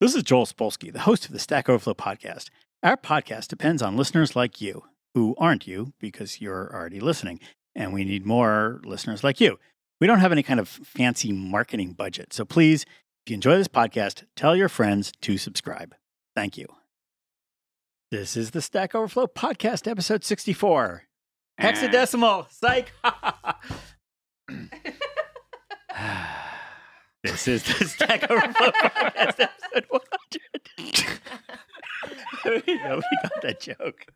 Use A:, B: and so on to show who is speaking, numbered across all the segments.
A: This is Joel Spolsky, the host of the Stack Overflow podcast. Our podcast depends on listeners like you, who aren't you because you're already listening, and we need more listeners like you. We don't have any kind of fancy marketing budget, so please, if you enjoy this podcast, tell your friends to subscribe. Thank you. This is the Stack Overflow podcast, episode 64. Hexadecimal, psych. this is the Stack Overflow podcast, episode 100. Nobody got that joke.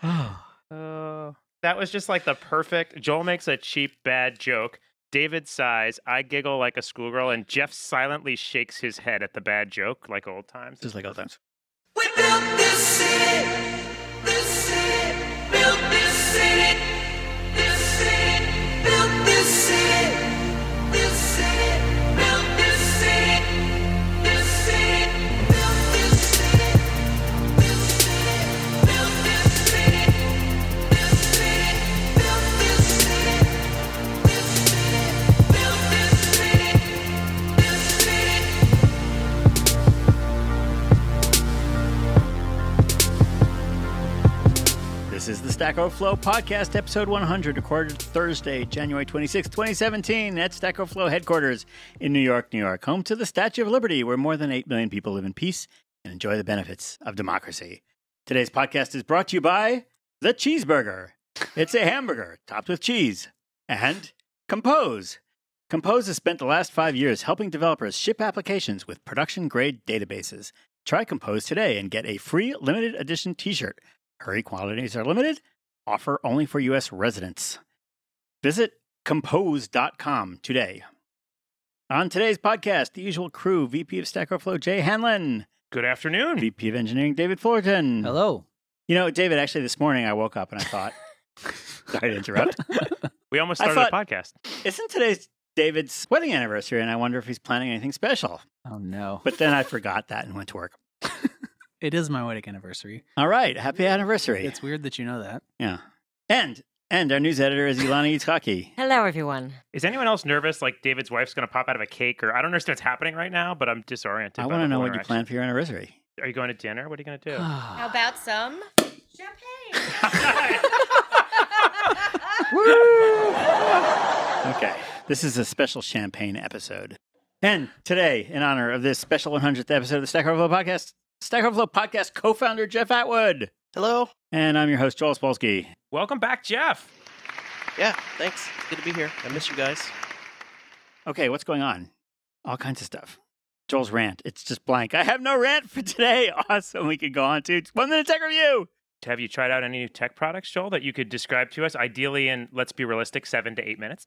B: Uh, that was just like the perfect. Joel makes a cheap bad joke. David sighs. I giggle like a schoolgirl, and Jeff silently shakes his head at the bad joke, like old times.
A: Just like all times.
C: We built this city, this city, built this city, this city, built this city, this city, built this city, this city, built this city, this city, built this city, this city, built this city, this city, built this city, this city.
A: This is the Stack Overflow podcast, episode 100, recorded Thursday, January 26, 2017, at Stack Overflow headquarters in New York, New York, home to the Statue of Liberty, where more than 8 million people live in peace and enjoy the benefits of democracy. Today's podcast is brought to you by The Cheeseburger. It's a hamburger topped with cheese. And Compose. Compose has spent the last five years helping developers ship applications with production grade databases. Try Compose today and get a free limited edition t shirt. Hurry quantities are limited. Offer only for U.S. residents. Visit compose.com today. On today's podcast, the usual crew VP of Stack Overflow, Jay Hanlon,
B: Good afternoon.
A: VP of Engineering, David Fullerton.
D: Hello.
A: You know, David, actually, this morning I woke up and I thought, sorry to interrupt.
B: we almost
A: I
B: started a podcast.
A: Isn't today's David's wedding anniversary? And I wonder if he's planning anything special.
D: Oh no.
A: But then I forgot that and went to work.
D: It is my wedding anniversary.
A: All right. Happy anniversary.
D: It's weird that you know that.
A: yeah. And and our news editor is Ilana Itzhaki.
E: Hello, everyone.
B: Is anyone else nervous? Like David's wife's going to pop out of a cake, or I don't understand what's happening right now, but I'm disoriented.
A: I
B: by
A: want
B: the
A: to know
B: whole
A: what you
B: interaction.
A: plan for your anniversary.
B: Are you going to dinner? What are you going to do?
E: How about some champagne?
A: Okay. This is a special champagne episode. And today, in honor of this special 100th episode of the Stack Overflow podcast, Stack Overflow podcast co-founder Jeff Atwood.
F: Hello.
A: And I'm your host, Joel Spolsky.
B: Welcome back, Jeff.
F: Yeah, thanks. It's good to be here. I miss you guys.
A: Okay, what's going on? All kinds of stuff. Joel's rant. It's just blank. I have no rant for today. Awesome. We could go on to one minute tech review.
B: Have you tried out any new tech products, Joel, that you could describe to us? Ideally, in let's be realistic, seven to eight minutes.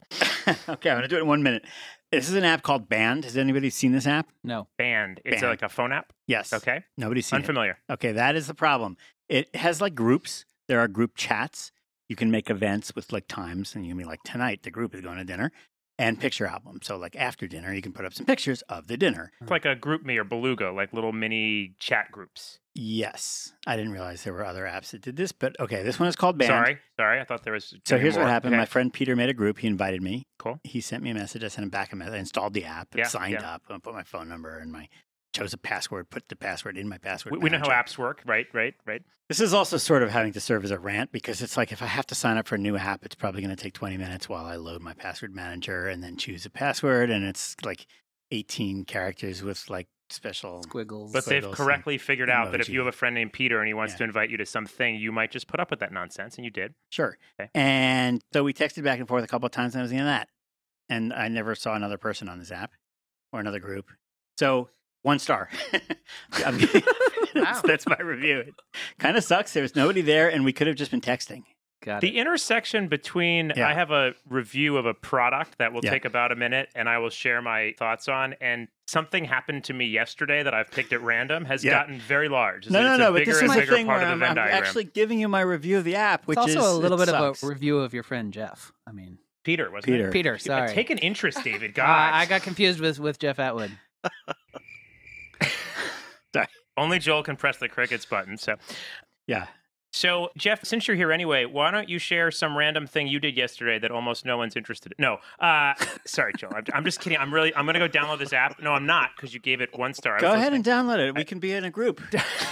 A: okay, I'm going to do it in one minute. This is an app called Band. Has anybody seen this app?
D: No.
B: Band. It's
A: Band.
B: like a phone app.
A: Yes.
B: Okay.
A: Nobody's seen it.
B: Unfamiliar.
A: Okay, that is the problem. It has like groups. There are group chats. You can make events with like times, and you can be like, tonight the group is going to dinner and picture album. So, like after dinner, you can put up some pictures of the dinner.
B: It's like a group me or beluga, like little mini chat groups.
A: Yes. I didn't realize there were other apps that did this, but okay, this one is called Band.
B: Sorry, sorry. I thought there was.
A: So
B: gonna be
A: here's what
B: more.
A: happened.
B: Okay.
A: My friend Peter made a group. He invited me.
B: Cool.
A: He sent me a message. I sent him back a message. I installed the app,
B: Yeah,
A: signed
B: yeah.
A: up, and put my phone number and my chose a password, put the password in my password.
B: we, we know how
A: manager.
B: apps work, right? Right? Right?
A: This is also sort of having to serve as a rant because it's like if I have to sign up for a new app, it's probably going to take 20 minutes while I load my password manager and then choose a password. And it's like 18 characters with like special.
D: Squiggles.
B: But they've
A: Squiggles and
B: correctly figured out that if you
A: emoji.
B: have a friend named Peter and he wants
A: Yeah.
B: to invite you to something, you might just put up with that nonsense, and you did.
A: Sure.
B: Okay.
A: And so we texted back and forth a couple of times, and that was the end of that. And I never saw another person on this app or another group. So one star. I'm- that's, that's my review. It kind of sucks. There was nobody there, and we could have just been texting.
D: Got
B: The intersection between
A: Yeah.
B: I have a review of a product that will
A: Yeah.
B: take about a minute, and I will share my thoughts on, and something happened to me yesterday that I've picked at random has
A: Yeah.
B: gotten very large. It's
A: No,
B: a-
A: no,
B: it's
A: no.
B: a
A: But
B: bigger
A: this is
B: and
A: my
B: bigger
A: thing where
B: part of the
A: I'm,
B: Venn
A: I'm
B: diagram.
A: actually giving you my review of the app, which
D: it's also
A: is
D: a little
A: it
D: bit
A: sucks.
D: of a review of your friend Jeff. I mean,
B: Peter wasn't
A: Peter.
B: It?
D: Peter. Sorry.
B: Take an interest, David.
D: Uh,
B: God,
D: I got confused with with Jeff Atwood.
B: only Joel can press the crickets button. So
A: Yeah.
B: So, Jeff, since you're here anyway, why don't you share some random thing you did yesterday that almost no one's interested in? No, uh, sorry, Joel. I'm, I'm just kidding. I'm really, I'm going to go download this app. No, I'm not because you gave it one star. I
A: Go
B: was
A: ahead and
B: listening.
A: download it. We can be in a group.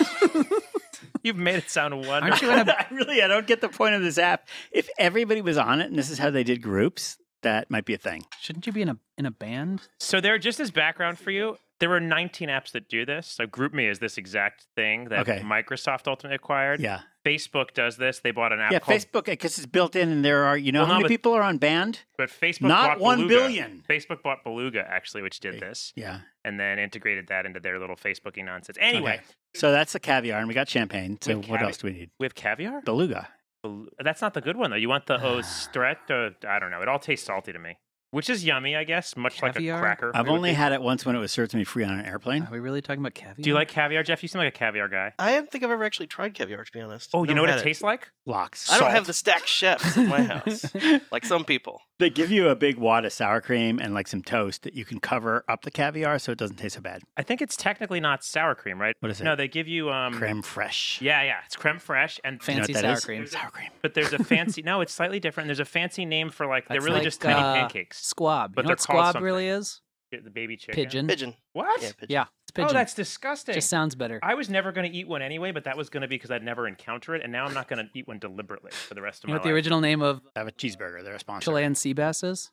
B: You've made it sound wonderful.
D: Aren't you in a
A: I really, I don't get the point of this app. If everybody was on it and this is how they did groups, that might be a thing.
D: shouldn't you be in a in a band?
B: So there, just as background for you, there were 19 apps that do this. So GroupMe is this exact thing that
A: Okay.
B: Microsoft ultimately acquired.
A: Yeah,
B: Facebook does this. They bought an app
A: yeah.
B: called,
A: Facebook, because it's built in, and there are you know
B: Well,
A: how
B: no,
A: many
B: but-
A: people are on band?
B: but Facebook
A: Not
B: bought
A: one
B: Beluga.
A: billion.
B: Facebook bought Beluga actually, which did
A: Okay.
B: this,
A: Yeah.
B: and then integrated that into their little Facebooking nonsense. Anyway,
A: Okay. So that's the caviar, and we got champagne. So
B: We have
A: what
B: cavi-
A: else do we need?
B: we have caviar.
A: Beluga.
B: Bel- That's not the good one though. You want the Ostret? Or, I don't know. It all tastes salty to me, which is yummy, I guess. Much like
D: Caviar?
B: a cracker.
A: I've
B: It would
A: only
B: be.
A: had it once when it was served to me free on an airplane.
D: Are we really talking about caviar?
B: Do you like caviar, Jeff? You seem like a caviar guy.
F: I don't think I've ever actually tried caviar, to be honest.
B: Oh, you
F: Never
B: know what
F: had
B: it tastes like?
A: Locks.
F: I don't have the stack chefs at my house, like some people.
A: They give you a big wad of sour cream and like some toast that you can cover up the caviar so it doesn't taste so bad.
B: I think it's technically not sour cream, right?
A: What is it?
B: No, they give you um
A: Creme fraiche.
B: Yeah, yeah, it's creme fraiche and
A: You know
D: Fancy
A: what that
D: sour
A: is?
D: cream.
A: Sour cream.
B: but there's a fancy no, it's slightly different. There's a fancy name for like they're
D: That's
B: really
D: like,
B: just tiny
D: uh,
B: pancakes.
D: Squab.
B: But
D: you know
B: they're
D: what
B: called
D: squab really is?
B: The baby chicken.
D: Pigeon.
F: Pigeon.
B: Mm. What?
F: Yeah, pigeon.
D: Yeah, it's pigeon.
B: Oh, that's disgusting.
D: just sounds better.
B: I was never going to eat one anyway, but that was going to be because I'd never encounter it, and now I'm not going to eat one deliberately for the rest of
D: you know
B: my
D: what the
B: life.
D: original name of
A: I have a cheeseburger. They're a sponsor.
D: Chilean sea bass is?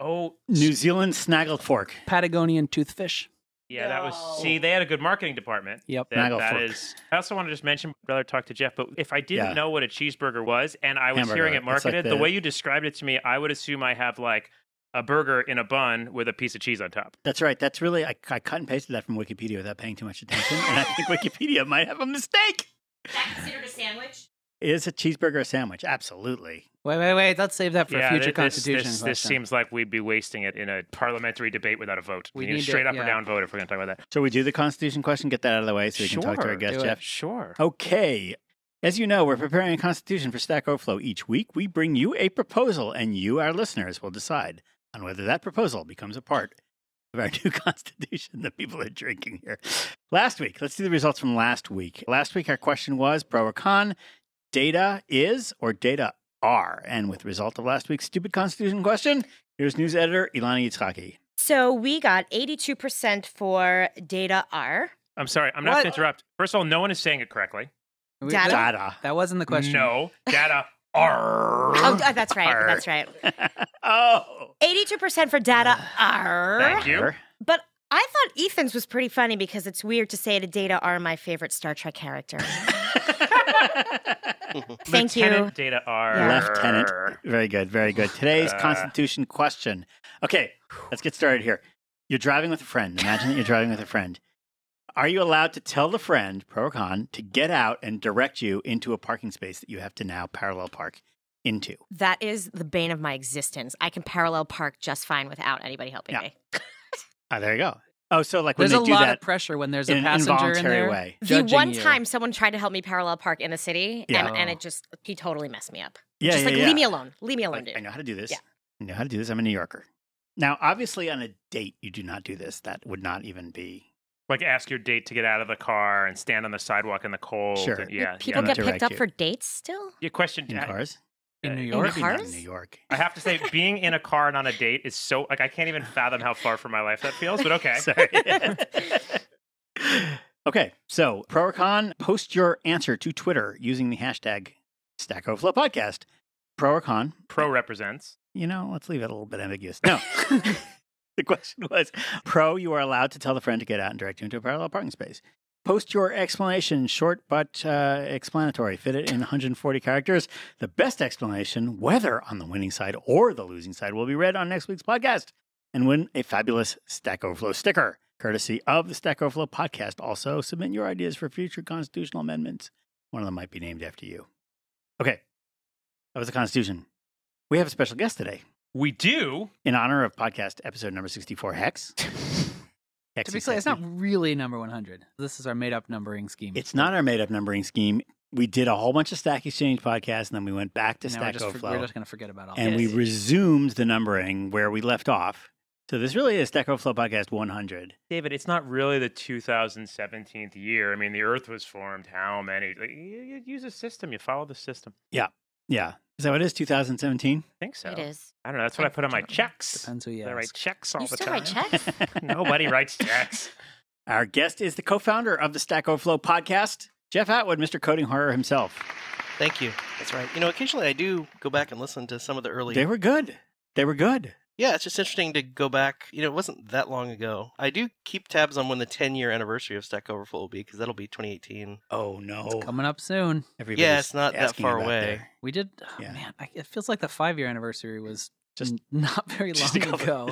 B: Oh,
A: New Zealand snaggled fork.
D: Patagonian toothfish.
B: Yeah, that was.
E: No.
B: See, they had a good marketing department.
D: Yep.
B: That,
A: Maggle
B: that
A: fork.
B: is. I also want to just mention, rather talk to Jeff, but if I didn't
A: Yeah.
B: know what a cheeseburger was and I was hearing
A: Hamburger.
B: it
A: It's like
B: marketed, the...
A: the-
B: way you described it to me, I would assume I have like a burger in a bun with a piece of cheese on top.
A: That's right. That's really, I, I cut and pasted that from Wikipedia without paying too much attention. and I think Wikipedia might have a mistake.
E: Is that considered a sandwich?
A: Is a cheeseburger a sandwich? Absolutely.
D: Wait, wait, wait. Let's save that for
B: yeah,
D: a future
B: thi- this,
D: constitution
B: This, this
D: question.
B: seems like we'd be wasting it in a parliamentary debate without a vote.
D: We
B: You know,
D: need to-
B: straight up or
D: yeah.
B: down vote if we're going to talk about that.
A: So we do the Constitution question, get that out of the way so we can talk to our
B: Sure,
A: guest,
D: do it.
A: Jeff.
B: Sure.
A: Okay. As you know, we're preparing a constitution for Stack Overflow. Each week, we bring you a proposal, and you, our listeners, will decide on whether that proposal becomes a part of our new constitution that people are drinking here. Last week, let's do the results from last week. Last week, our question was pro or con, data is or data are. And with the result of last week's stupid constitution question, here's news editor Ilana Yitzhaki.
E: So we got 82% for data R.
B: I'm sorry. I'm not
D: What?
B: going to interrupt. First of all, no one is saying it correctly.
D: We-
E: Data.
D: that-
A: Data.
D: That wasn't the question.
B: No. Data are.
E: Oh, uh, that's right.
A: R.
E: That's right.
A: Oh.
E: 82% for data R.
B: Thank you.
E: But I thought Ethan's was pretty funny because it's weird to say to data R, my favorite Star Trek character.
B: Lieutenant
E: Thank you.
B: Data are.
E: Yeah.
A: Lieutenant. Very good, very good. Today's
B: Uh.
A: Constitution question. Okay, let's get started here. You're driving with a friend. Imagine that you're driving with a friend. Are you allowed to tell the friend, pro or con, to get out and direct you into a parking space that you have to now parallel park into?
E: That is the bane of my existence. I can parallel park just fine without anybody helping
A: Yeah.
E: me.
A: Oh, there you go. Oh, so like when
D: There's a
A: they do
D: lot
A: that
D: of pressure when there's
A: in
D: a
A: an
D: passenger in
A: involuntary
D: there.
A: way.
E: The
D: judging
E: one
D: you.
E: time someone tried to help me parallel park in the city,
A: Yeah.
E: and, and it just, he totally messed me up.
A: Yeah,
E: just
A: yeah,
E: like,
A: yeah.
E: leave me alone. Leave me alone,
A: Like, I
E: dude.
A: know how to do this.
E: Yeah.
A: I know how to do this. I'm a New Yorker. Now, obviously, on a date, you do not do this. That would not even be.
B: Like ask your date to get out of the car and stand on the sidewalk in the cold.
A: Sure.
B: and- yeah.
E: People
B: yeah.
A: not
E: get picked
A: direct
E: up
A: you.
E: for dates still?
B: Your question.
A: In
B: I,
A: cars?
D: in New
B: In
D: York.
A: Maybe not in
E: cars?
A: New York.
B: I have to say, being in a car and on a date is so like I can't even fathom how far from my life that feels. But okay.
A: Sorry. okay, so pro or con, post your answer to Twitter using the hashtag Stack Overflow Podcast. Pro or con,
B: Pro represents.
A: you know, let's leave it a little bit ambiguous. No. the question was pro, you are allowed to tell the friend to get out and direct you into a parallel parking space. Post your explanation, short but uh, explanatory. Fit it in 140 characters. The best explanation, whether on the winning side or the losing side, will be read on next week's podcast and win a fabulous Stack Overflow sticker, courtesy of the Stack Overflow podcast. Also, submit your ideas for future constitutional amendments. One of them might be named after you. Okay, that was the Constitution. We have a special guest today
B: We do.
A: in honor of podcast episode number 64 hex Hex
D: To be
A: is
D: clear, it's
A: sexy.
D: not really number 100. This is our made up numbering scheme.
A: it's not our made-up numbering scheme we did a whole bunch of stack exchange podcasts and then we went back to
D: Now we're
A: stack
D: just for-
A: overflow
D: we're just going to forget about all
A: and
D: this.
A: we resumed the numbering where we left off So this really is Stack Overflow Podcast 100.
B: David, it's not really the 2017 year. I mean, the Earth was formed. How many? Like, you, you use a system. You follow the system.
A: Yeah. So it is 2017.
B: I think so.
E: It is.
B: I don't know. That's what I put on my checks.
D: Depends who you
B: I write
D: ask.
B: checks all
E: You
B: the
E: still
B: time.
E: write checks?
B: Nobody writes checks.
A: Our guest is the co-founder of the Stack Overflow Podcast, Jeff Atwood, Mr. Coding Horror himself.
F: Thank you. That's right. You know, occasionally I do go back and listen to some of the early.
A: They were good. They were good.
F: Yeah, it's just interesting to go back. You know, it wasn't that long ago. I do keep tabs on when the 10 year anniversary of Stack Overflow will be because that'll be 2018.
A: Oh no!
D: It's coming up soon.
A: Everybody's
F: Yeah, it's not that
A: asking
F: far
A: about
F: away.
A: their-
D: We did. Oh,
A: Yeah.
D: Man, I, it feels like the five year anniversary was
A: Just-
D: just not very long
A: just a couple-
D: ago.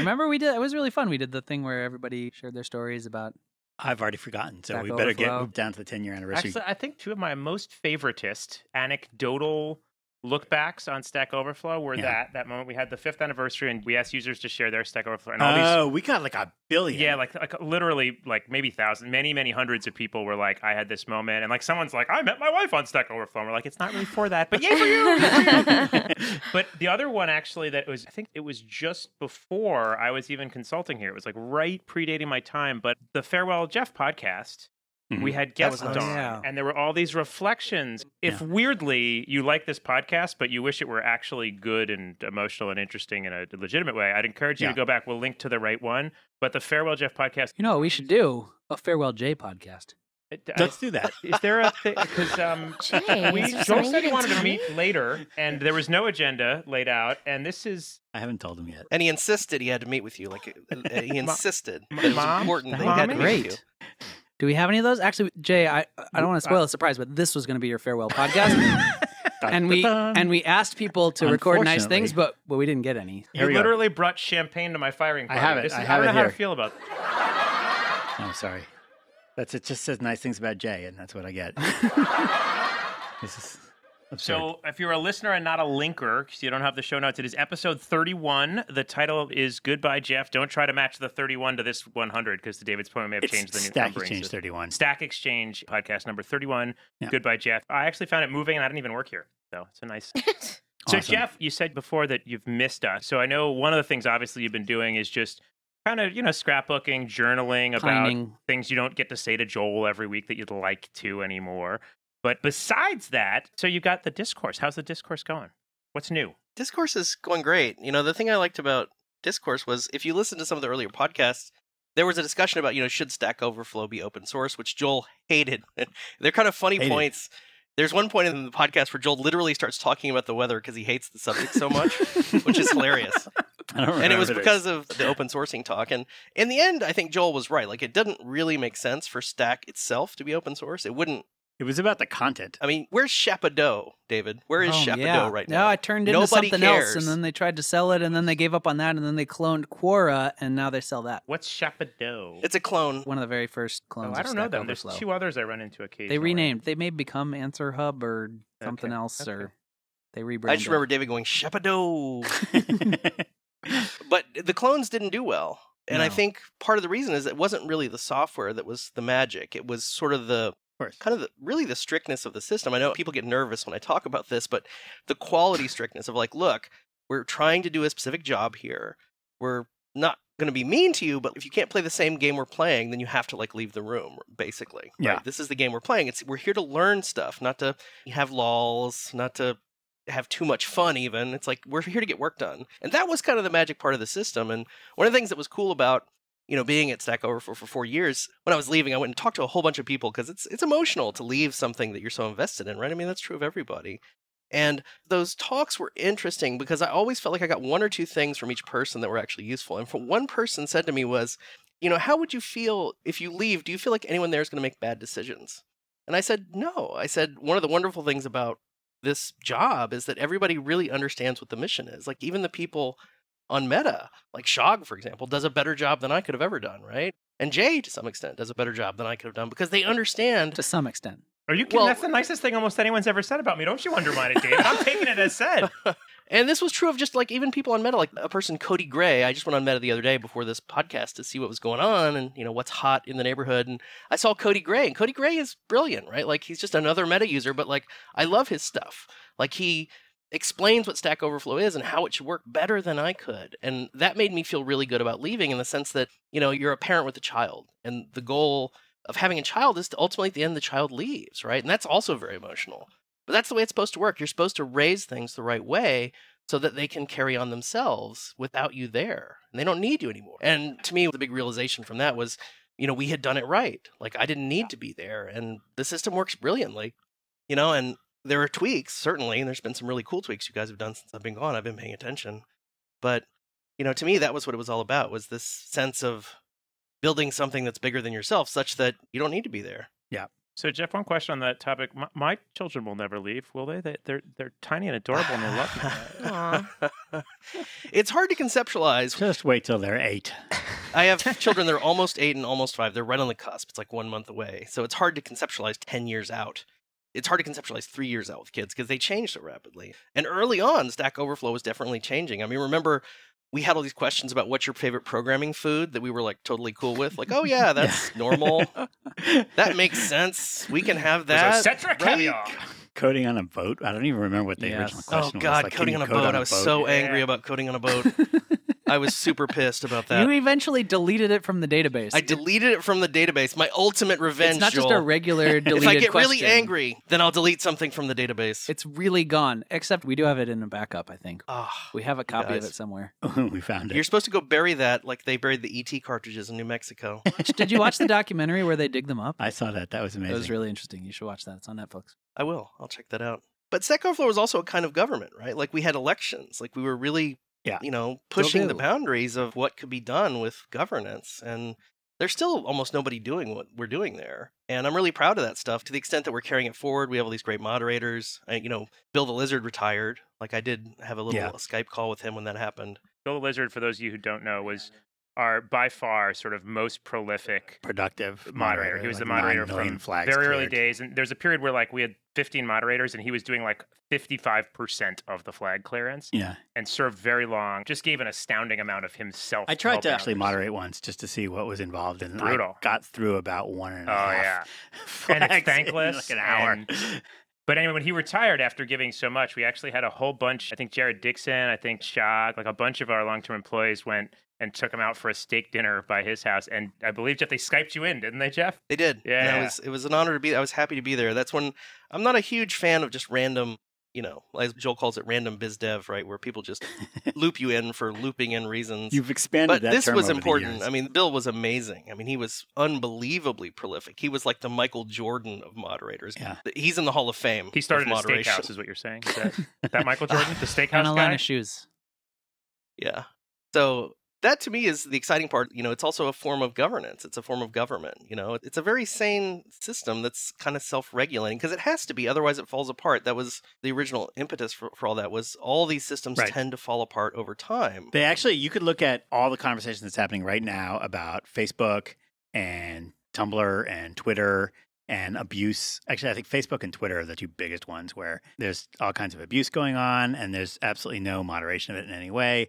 D: Remember, we did. It was really fun. We did the thing where everybody shared their stories about.
A: I've already forgotten, so
D: Stack
A: we better
D: Overflow.
A: get down to the ten-year anniversary.
B: Actually, I think two of my most favoritist anecdotal lookbacks on Stack Overflow were
A: Yeah.
B: that that moment we had the fifth anniversary and we asked users to share their Stack Overflow and all these
A: Oh, we got like a billion.
B: Yeah, like like literally like maybe thousands, many many hundreds of people were like, I had this moment, and like someone's like, I met my wife on Stack Overflow. And we're like, it's not really for that, but yay for you! yay for you." but the other one actually that was, I think it was just before I was even consulting here. It was like right predating my time, but the Farewell Jeff podcast.
A: Mhm.
B: We had
F: That was
B: guests
F: nice.
B: on,
D: Yeah.
B: and there were all these reflections. If weirdly you like this podcast, but you wish it were actually good and emotional and interesting in a legitimate way, I'd encourage you
A: Yeah.
B: to go back. We'll link to the right one. But the Farewell Jeff podcast
D: You know, what we should do a farewell J podcast.
B: it- I-
A: Let's do that.
B: is there a thing? Because um,
E: Jay,
B: we
E: is
B: Joel
E: there something
B: said
E: you
B: he wanted
E: didn't
B: to
E: tell
B: meet
E: me?
B: later, and there was no agenda laid out. And this is
A: I haven't told him yet.
F: And he insisted he had to meet with you. Like, uh, uh, he insisted.
B: M-
F: that it was
B: Mom?
F: important that he
B: Mommy?
F: had to meet with you.
D: Great. Do we have any of those? Actually, Jay, I, I don't want to spoil the surprise, but this was going to be your farewell podcast, and we
A: Dun-dun-dun.
D: and we asked people to record nice
A: Unfortunately.
D: things, but but we didn't get any.
A: Here we
B: you
A: go.
B: literally brought champagne to my firing
A: I
B: party.
A: have it.
B: This is,
A: I have
B: don't
A: it
B: know how
A: here.
B: to feel about.
A: Oh, sorry. That's it. Just says nice things about Jay, and that's what I get. this is absurd.
B: So, if you're a listener and not a linker, because you don't have the show notes, it is episode 31. The title is "Goodbye, Jeff." Don't try to match the 31 to this 100, because to David's point, we may have
A: it's
B: changed the new
A: Stack
B: numbering
A: Exchange
B: system.
A: thirty-one.
B: Stack Exchange podcast number 31.
A: Yeah.
B: Goodbye, Jeff. I actually found it moving, and I didn't even work here, so it's a nice So,
A: Awesome.
B: Jeff, you said before that you've missed us. So, I know one of the things obviously you've been doing is just kind of, you know, scrapbooking, journaling about
D: Pining.
B: things you don't get to say to Joel every week that you'd like to anymore. But besides that, so you got the discourse. How's the discourse going? What's new?
F: discourse is going great. You know, the thing I liked about discourse was if you listen to some of the earlier podcasts, there was a discussion about you know should Stack Overflow be open source, which Joel hated. They're kind of funny
A: Hated.
F: points. There's one point in the podcast where Joel literally starts talking about the weather because he hates the subject so much, which is hilarious.
A: I don't
F: And it was
A: remember this.
F: because of the open sourcing talk. And in the end, I think Joel was right. Like, it doesn't really make sense for Stack itself to be open source. It wouldn't.
A: it was about the content.
F: I mean, where's Chapadeau, David? Where is
D: Oh,
F: Chapadeau
D: yeah.
F: right
D: No,
F: now?
D: I turned into
F: Nobody
D: something else,
F: cares.
D: and then they tried to sell it, and then they gave up on that, and then they cloned Quora, and now they sell that.
B: What's Chapadeau?
F: It's a clone.
D: One of the very first clones.
B: oh, I
D: of
B: don't know
D: Stack
B: them.
D: Overflow.
B: There's two others I run into occasionally.
D: They renamed. They may become Answer Hub or something
B: Okay,
D: else,
B: okay.
D: or they rebranded.
F: I just remember David going, Chapadeau.
A: yeah,
F: but the clones didn't do well. And I
D: No.
F: think part of the reason is it wasn't really the software that was the magic. It was sort of the
A: course.
F: kind of the, really the strictness of the system. I know people get nervous when I talk about this, but the quality strictness of like, look, we're trying to do a specific job here. We're not going to be mean to you, but if you can't play the same game we're playing, then you have to like leave the room, basically.
A: Yeah.
F: This is the game we're playing. It's we're here to learn stuff, not to have lols, not to have too much fun even it's like we're here to get work done and that was kind of the magic part of the system and one of the things that was cool about you know being at stack overflow for four years when i was leaving i went and talked to a whole bunch of people because it's it's emotional to leave something that you're so invested in right i mean that's true of everybody and those talks were interesting because i always felt like i got one or two things from each person that were actually useful and from one person said to me was you know how would you feel if you leave do you feel like anyone there is going to make bad decisions and i said no i said one of the wonderful things about this job is that everybody really understands what the mission is. Like even the people on Meta, like Shog, for example, does a better job than I could have ever done, right? And Jay, to some extent, does a better job than I could have done because they understand.
D: to some extent.
B: Are you kidding?
F: Well-
B: That's the nicest thing almost anyone's ever said about me. Don't you undermine it, David. I'm taking it as said.
F: And this was true of just like even people on Meta, like a person Cody Gray. I just went on Meta the other day before this podcast to see what was going on and you know what's hot in the neighborhood. And I saw Cody Gray, and Cody Gray is brilliant, right? Like he's just another Meta user, but like I love his stuff. Like he explains what Stack Overflow is and how it should work better than I could. And that made me feel really good about leaving in the sense that, you know, you're a parent with a child and the goal of having a child is to ultimately at the end the child leaves, right? And that's also very emotional. But that's the way it's supposed to work. You're supposed to raise things the right way so that they can carry on themselves without you there. And they don't need you anymore. And to me, the big realization from that was, you know, we had done it right. Like I didn't need to be there and the system works brilliantly. You know, and there are tweaks certainly and there's been some really cool tweaks you guys have done since i've been gone i've been paying attention but you know to me that was what it was all about was this sense of building something that's bigger than yourself such that you don't need to be there
B: So Jeff, one question on that topic. My, my children will never leave, will they? they they're they're tiny and adorable, and they love me.
F: it's hard to conceptualize
A: Just wait till they're eight.
F: i have children that are almost eight and almost five they're right on the cusp it's like one month away so it's hard to conceptualize 10 years out it's hard to conceptualize three years out with kids because they change so rapidly and early on stack overflow was definitely changing i mean remember we had all these questions about what's your favorite programming food that we were like totally cool with like oh yeah that's normal That makes sense. We can have
B: There's
F: that.
B: a Cetra caviar.
A: Coding on a boat. I don't even remember what the
D: Yes.
A: original
F: Oh
A: question was.
F: God,
A: Like, can
F: coding
A: you
F: on a
A: code
F: boat! I was so
B: Yeah.
F: angry about coding on a boat. I was super pissed about that.
D: You eventually deleted it from the database.
F: I deleted it from the database. My ultimate revenge.
D: It's not just
F: Joel.
D: a regular deleted
F: If I get really
D: question.
F: angry, then I'll delete something from the database.
D: It's really gone. Except we do have it in a backup, I think.
F: Ah,
D: We have a copy of
F: guys.
D: it somewhere.
A: we found
F: you're
A: it.
F: supposed to go bury that like they buried the ET cartridges in New Mexico.
D: Did you watch the documentary where they dig them up?
A: I saw that. That was
D: It
A: amazing.
D: was really interesting. You should watch that. It's on Netflix.
F: I will. I'll check that out. But Stack Overflow was also a kind of government, right? Like we had elections. Like we were really,
A: Yeah.
F: you know, pushing the
D: do.
F: boundaries of what could be done with governance. And there's still almost nobody doing what we're doing there. And I'm really proud of that stuff to the extent that we're carrying it forward. We have all these great moderators. I, you know, Bill the Lizard retired. Like I did have a little
A: Yeah.
F: Skype call with him when that happened.
B: Bill the Lizard, for those of you who don't know, was our by far sort of most prolific
A: productive
B: moderator. He was the
A: like nine
B: moderator
A: million
B: from
A: flags
B: very early
A: cleared.
B: days, and there's a period where like we had 15 moderators, and he was doing like 55 percent of the flag clearance,
A: Yeah,
B: and served very long. Just gave an astounding amount of himself.
A: I tried
B: helping
A: to actually
B: others.
A: moderate once just to see what was involved, and
B: Brutal.
A: I got through about one and
B: Oh
A: a half.
B: yeah.
A: flags
B: And it's
A: in,
B: thankless,
A: like an hour.
B: and- But anyway, when he retired after giving so much, we actually had a whole bunch. I think Jared Dixon, I think Shag, like a bunch of our long term employees went and took him out for a steak dinner by his house. And I believe, Jeff, they Skyped you in, didn't they, Jeff?
F: They did. And I
B: Yeah.
F: was, it was an honor to be. I was happy to be there. That's when I'm not a huge fan of just random, you know, as Joel calls it, random biz dev, right? Where people just loop you in for looping in reasons.
A: You've expanded
F: but
A: that
F: this
A: term
F: was
A: over the
F: important.
A: years.
F: I mean, Bill was amazing. I mean, he was unbelievably prolific. He was like the Michael Jordan of moderators.
A: Yeah.
F: He's in the Hall of Fame.
B: He started
F: of
B: a
F: moderation.
B: steakhouse, is what you're saying. Is that, that Michael Jordan, the
D: On
B: steakhouse
D: a line
B: guy?
D: of shoes.
F: Yeah. So that to me is the exciting part. You know, it's also a form of governance. It's a form of government. You know, it's a very sane system that's kind of self-regulating because it has to be, otherwise it falls apart. That was the original impetus for, for all that was all these systems
A: Right.
F: tend to fall apart over time.
A: They actually, you could look at all the conversation that's happening right now about Facebook and Tumblr and Twitter and abuse. Actually, I think Facebook and Twitter are the two biggest ones where there's all kinds of abuse going on and there's absolutely no moderation of it in any way.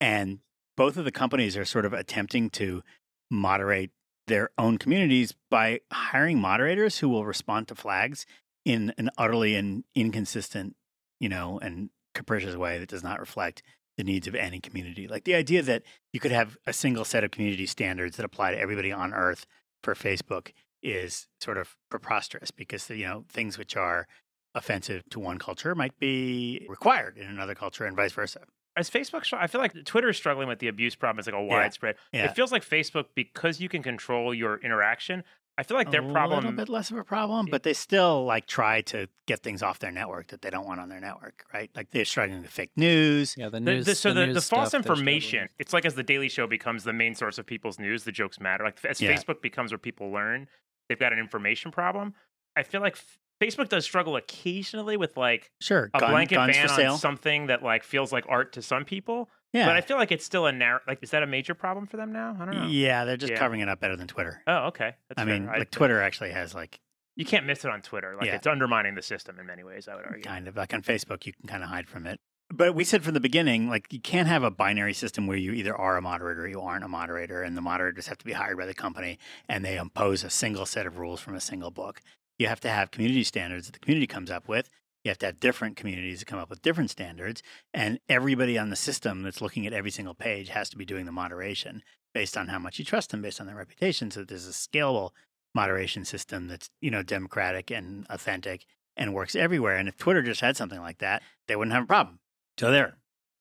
A: And both of the companies are sort of attempting to moderate their own communities by hiring moderators who will respond to flags in an utterly and inconsistent, you know, and capricious way that does not reflect the needs of any community. Like the idea that you could have a single set of community standards that apply to everybody on earth for Facebook is sort of preposterous because you know things which are offensive to one culture might be required in another culture and vice versa.
B: As Facebook, str- I feel like Twitter is struggling with the abuse problem. It's like a widespread.
A: Yeah.
B: It feels like Facebook, because you can control your interaction, I feel like their
A: a little
B: problem
A: bit less of a problem, but they still like try to get things off their network that they don't want on their network, right? Like they're struggling with fake news.
D: Yeah, the
B: The-
D: news.
B: the- so the, the,
D: news
B: false
D: stuff, there's
B: information,
D: totally-
B: it's like as the Daily Show becomes the main source of people's news, the jokes matter. Like as
A: Yeah.
B: Facebook becomes where people learn, they've got an information problem. I feel like f- Facebook does struggle occasionally with like
A: Sure,
B: a
A: gun-
B: blanket
A: guns
B: ban
A: for
B: on
A: sale.
B: something that like feels like art to some people.
A: yeah,
B: But I feel like it's still a narrow. Like, is that a major problem for them now? I don't know.
A: yeah, they're just
B: Yeah.
A: covering it up better than Twitter.
B: Oh, okay. That's
A: I
B: fair.
A: mean, like Twitter actually has like
B: you can't miss it on Twitter. Like,
A: Yeah.
B: it's undermining the system in many ways. I would argue.
A: kind of like on Facebook, you can kind of hide from it. But we said from the beginning, like you can't have a binary system where you either are a moderator or you aren't a moderator, and the moderators have to be hired by the company and they impose a single set of rules from a single book. You have to have community standards that the community comes up with, You have to have different communities to come up with different standards. And everybody on the system that's looking at every single page has to be doing the moderation based on how much you trust them, based on their reputation. So that there's a scalable moderation system that's, you know, democratic and authentic and works everywhere. And if Twitter just had something like that, they wouldn't have a problem. So there.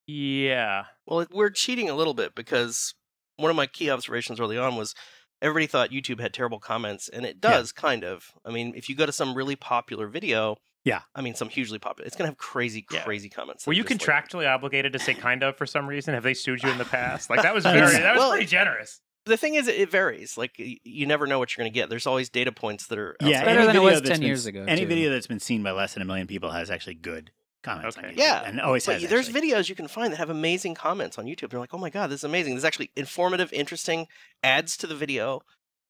B: Yeah.
F: Well, it- we're cheating a little bit because one of my key observations early on was everybody thought YouTube had terrible comments, and it
A: Yeah.
F: does kind of. I mean, if you go to some really popular video,
A: Yeah.
F: I mean, some hugely popular, it's going to have crazy,
B: Yeah.
F: crazy comments.
B: Were
F: that
B: you
F: are just like-
B: contractually obligated to say kind of for some reason? Have they sued you in the past? Like that was
A: Uh,
B: very that was
F: well-
B: pretty generous.
F: the thing is, it varies. Like y- you never know what you're going to get. There's always data points that are
A: Yeah,
F: outside.
D: better
A: any
D: than it
A: video
D: was
A: that's
D: 10
A: been-
D: years ago,
A: Any
D: too.
A: video that's been seen by less than a million people has actually good comments. on
B: Okay.
A: YouTube,
F: Yeah.
A: and always
F: But
A: has.
F: there's
A: actually.
F: videos you can find that have amazing comments on YouTube. They're like, oh my god, this is amazing. This is actually informative, interesting, adds to the video.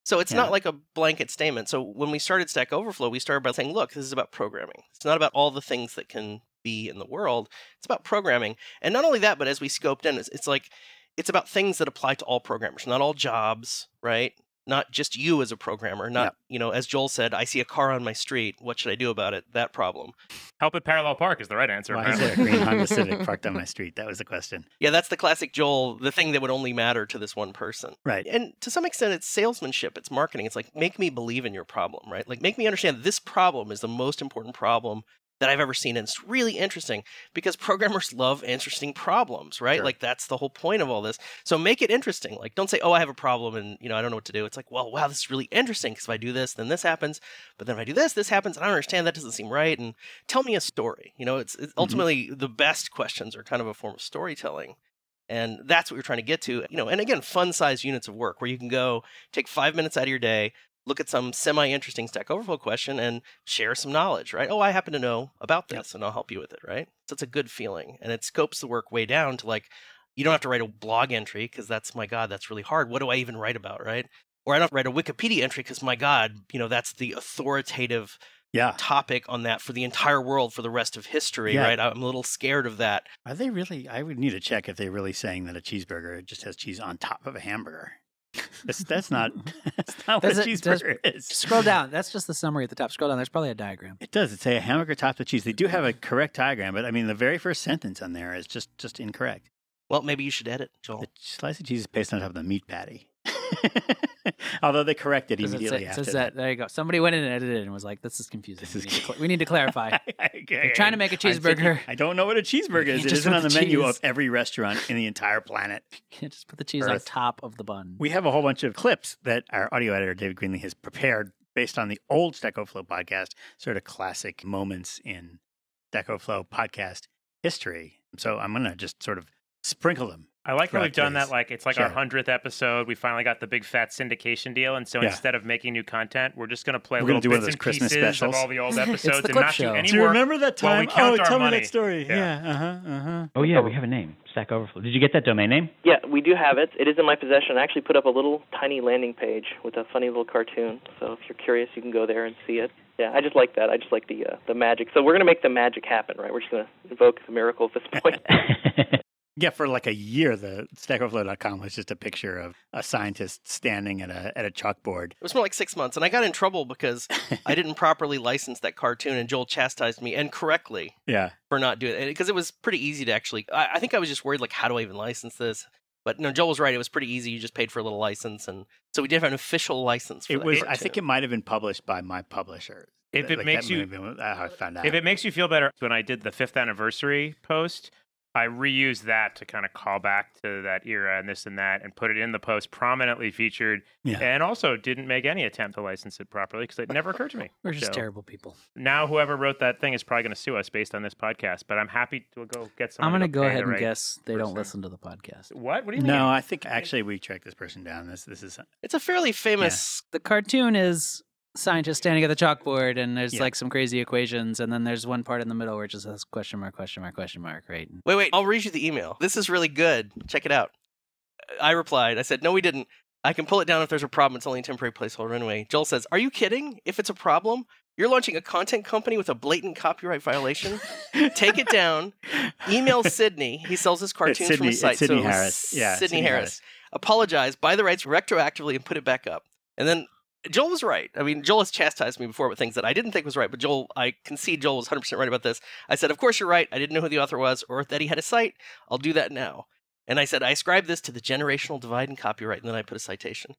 F: So it's
A: Yeah.
F: not like a blanket statement. So when we started Stack Overflow, we started by saying, look, this is about programming. It's not about all the things that can be in the world. It's about programming, and not only that, but as we scoped in, it's, it's like it's about things that apply to all programmers, not all jobs, right? Not just you as a programmer. Not you know, as Joel said, I see a car on my street. What should I do about it? That problem.
B: Help at Parallel Park is the right answer.
A: Why is
B: apparently.
A: there a green Honda Civic parked on my street? That was the question.
F: Yeah, that's the classic Joel, the thing that would only matter to this one person.
A: Right.
F: And to some extent, it's salesmanship, it's marketing. It's like, make me believe in your problem, right? Like, make me understand this problem is the most important problem that I've ever seen. And it's really interesting because programmers love interesting problems, right?
A: Sure.
F: Like, that's the whole point of all this. So make it interesting. Like, don't say, oh, I have a problem and, you know, I don't know what to do. It's like, well, wow, this is really interesting because if I do this, then this happens. But then if I do this, this happens. And I don't understand. That doesn't seem right. And tell me a story. You know, it's, it's ultimately the best questions are kind of a form of storytelling. And that's what we're trying to get to. You know, and again, fun sized units of work where you can go take five minutes out of your day, look at some semi interesting Stack Overflow question and share some knowledge, right? Oh, I happen to know about this and I'll help you with it, right? So it's a good feeling. And it scopes the work way down to like, you don't have to write a blog entry because that's my God, that's really hard. What do I even write about, right? Or I don't write a Wikipedia entry because my God, you know, that's the authoritative
A: Yeah.
F: topic on that for the entire world for the rest of history,
A: Yeah.
F: right? I'm a little scared of that.
A: Are they really? I would need to check if they're really saying that a cheeseburger just has cheese on top of a hamburger. That's, that's not. That's not what
D: Does
A: a
D: it- does-
A: cheeseburger is.
D: Scroll down. That's just the summary at the top. Scroll down. There's probably a diagram.
A: It does. It say a hamburger topped with cheese. They do have a correct diagram, but I mean the very first sentence on there is just just incorrect.
F: Well, maybe you should edit, Joel.
A: The slice of cheese is pasted on top of the meat patty. Although they correct it
D: Does it
A: immediately
D: say-
A: after.
D: says that. There you go. Somebody went in and edited it and was like, "This is confusing.
A: This
D: we,
A: is
D: need to,
A: con-
D: cl- we need to clarify."
A: They're
D: You're trying to make a cheeseburger.
A: I don't know what a cheeseburger
D: You
A: is. It
D: just
A: isn't
D: want
A: on the,
D: the
A: menu
D: cheese.
A: of every restaurant in the entire planet.
D: Can't just put the cheese on
A: Earth.
D: top of the bun.
A: We have a whole bunch of clips that our audio editor, David Greenley, has prepared based on the old Stack Overflow podcast, sort of classic moments in Stack Overflow podcast history. So I'm going to just sort of sprinkle them.
B: I like how
A: Right,
B: we've done
A: please.
B: that. Like it's like our
A: Sure.
B: hundredth episode. We finally got the big fat syndication deal, and so
A: Yeah.
B: instead of making new content, we're just going to play
A: We're gonna
B: little
A: do one of
B: bits
A: those
B: and
A: Christmas
B: pieces
A: specials.
B: of all the old
E: It's the
B: episodes and
D: clip
B: not
D: show.
B: do any
D: Do
A: Do you
B: work.
A: remember that
B: Well,
A: time?
B: we time?
A: oh,
B: count Oh, our
A: tell
B: tell
A: me
B: me that
A: that
B: money.
A: story.
B: story.
A: Yeah.
B: Yeah.
A: Uh huh. Uh huh.
G: Oh yeah, we have a name, Stack Overflow. Did you get that domain name?
H: Yeah, we do have it. It is in my possession. I actually put up a little tiny landing page with a funny little cartoon. So if you're curious, you can go there and see it. Yeah, I just like that. I just like the uh, the magic. So we're gonna make the magic happen, right? We're just gonna invoke the miracle at this point.
A: Yeah, for like a year, the StackOverflow.com was just a picture of a scientist standing at a at a chalkboard.
F: It was more like six months, and I got in trouble because I didn't properly license that cartoon, and Joel chastised me, and correctly,
A: Yeah,
F: for not doing it because it was pretty easy to actually. I, I think I was just worried, like, how do I even license this? But no, Joel was right. It was pretty easy. You just paid for a little license, and so we did have an official license. For
A: it
F: that
A: was. I think it
F: cartoon.
A: might have been published by my publisher.
B: If
A: Like,
B: it
A: that
B: makes
A: may
B: you-
A: have been how I found out.
B: If it makes you feel better, when I did the fifth anniversary post, I reused that to kind of call back to that era and this and that, and put it in the post prominently featured,
A: Yeah.
B: and also didn't make any attempt to license it properly because it never occurred to me.
D: We're just
B: So,
D: terrible people.
B: Now, whoever wrote that thing is probably going to sue us based on this podcast. But I'm happy to go get some.
D: I'm gonna go ahead and
B: right.
D: guess they don't
B: person.
D: listen to the podcast.
B: What? What do you mean?
A: no, I think actually we tracked this person down. This this is
F: it's a fairly famous.
D: The cartoon is scientists standing at the chalkboard, and there's
A: Yeah.
D: like some crazy equations, and then there's one part in the middle where it just says question mark, question mark, question mark, right? And
F: Wait, wait. I'll read you the email. This is really good. Check it out. I replied. I said, "No, we didn't. I can pull it down if there's a problem. It's only a temporary placeholder anyway." Joel says, "Are you kidding? If it's a problem." You're launching a content company with a blatant copyright violation. Take it down. Email Sydney. He sells his cartoons
A: Sydney-
F: from his
A: it's
F: site.
A: Sydney
F: so it was
A: Harris. Yeah,
F: Sydney,
A: Sydney
F: Harris. Apologize, buy the rights retroactively, and put it back up. And then Joel was right. I mean, Joel has chastised me before with things that I didn't think was right, but Joel, I concede Joel was 100% right about this. I said, Of course you're right. I didn't know who the author was or that he had a site. I'll do that now. And I said, I ascribe this to the generational divide in copyright. And then I put a citation.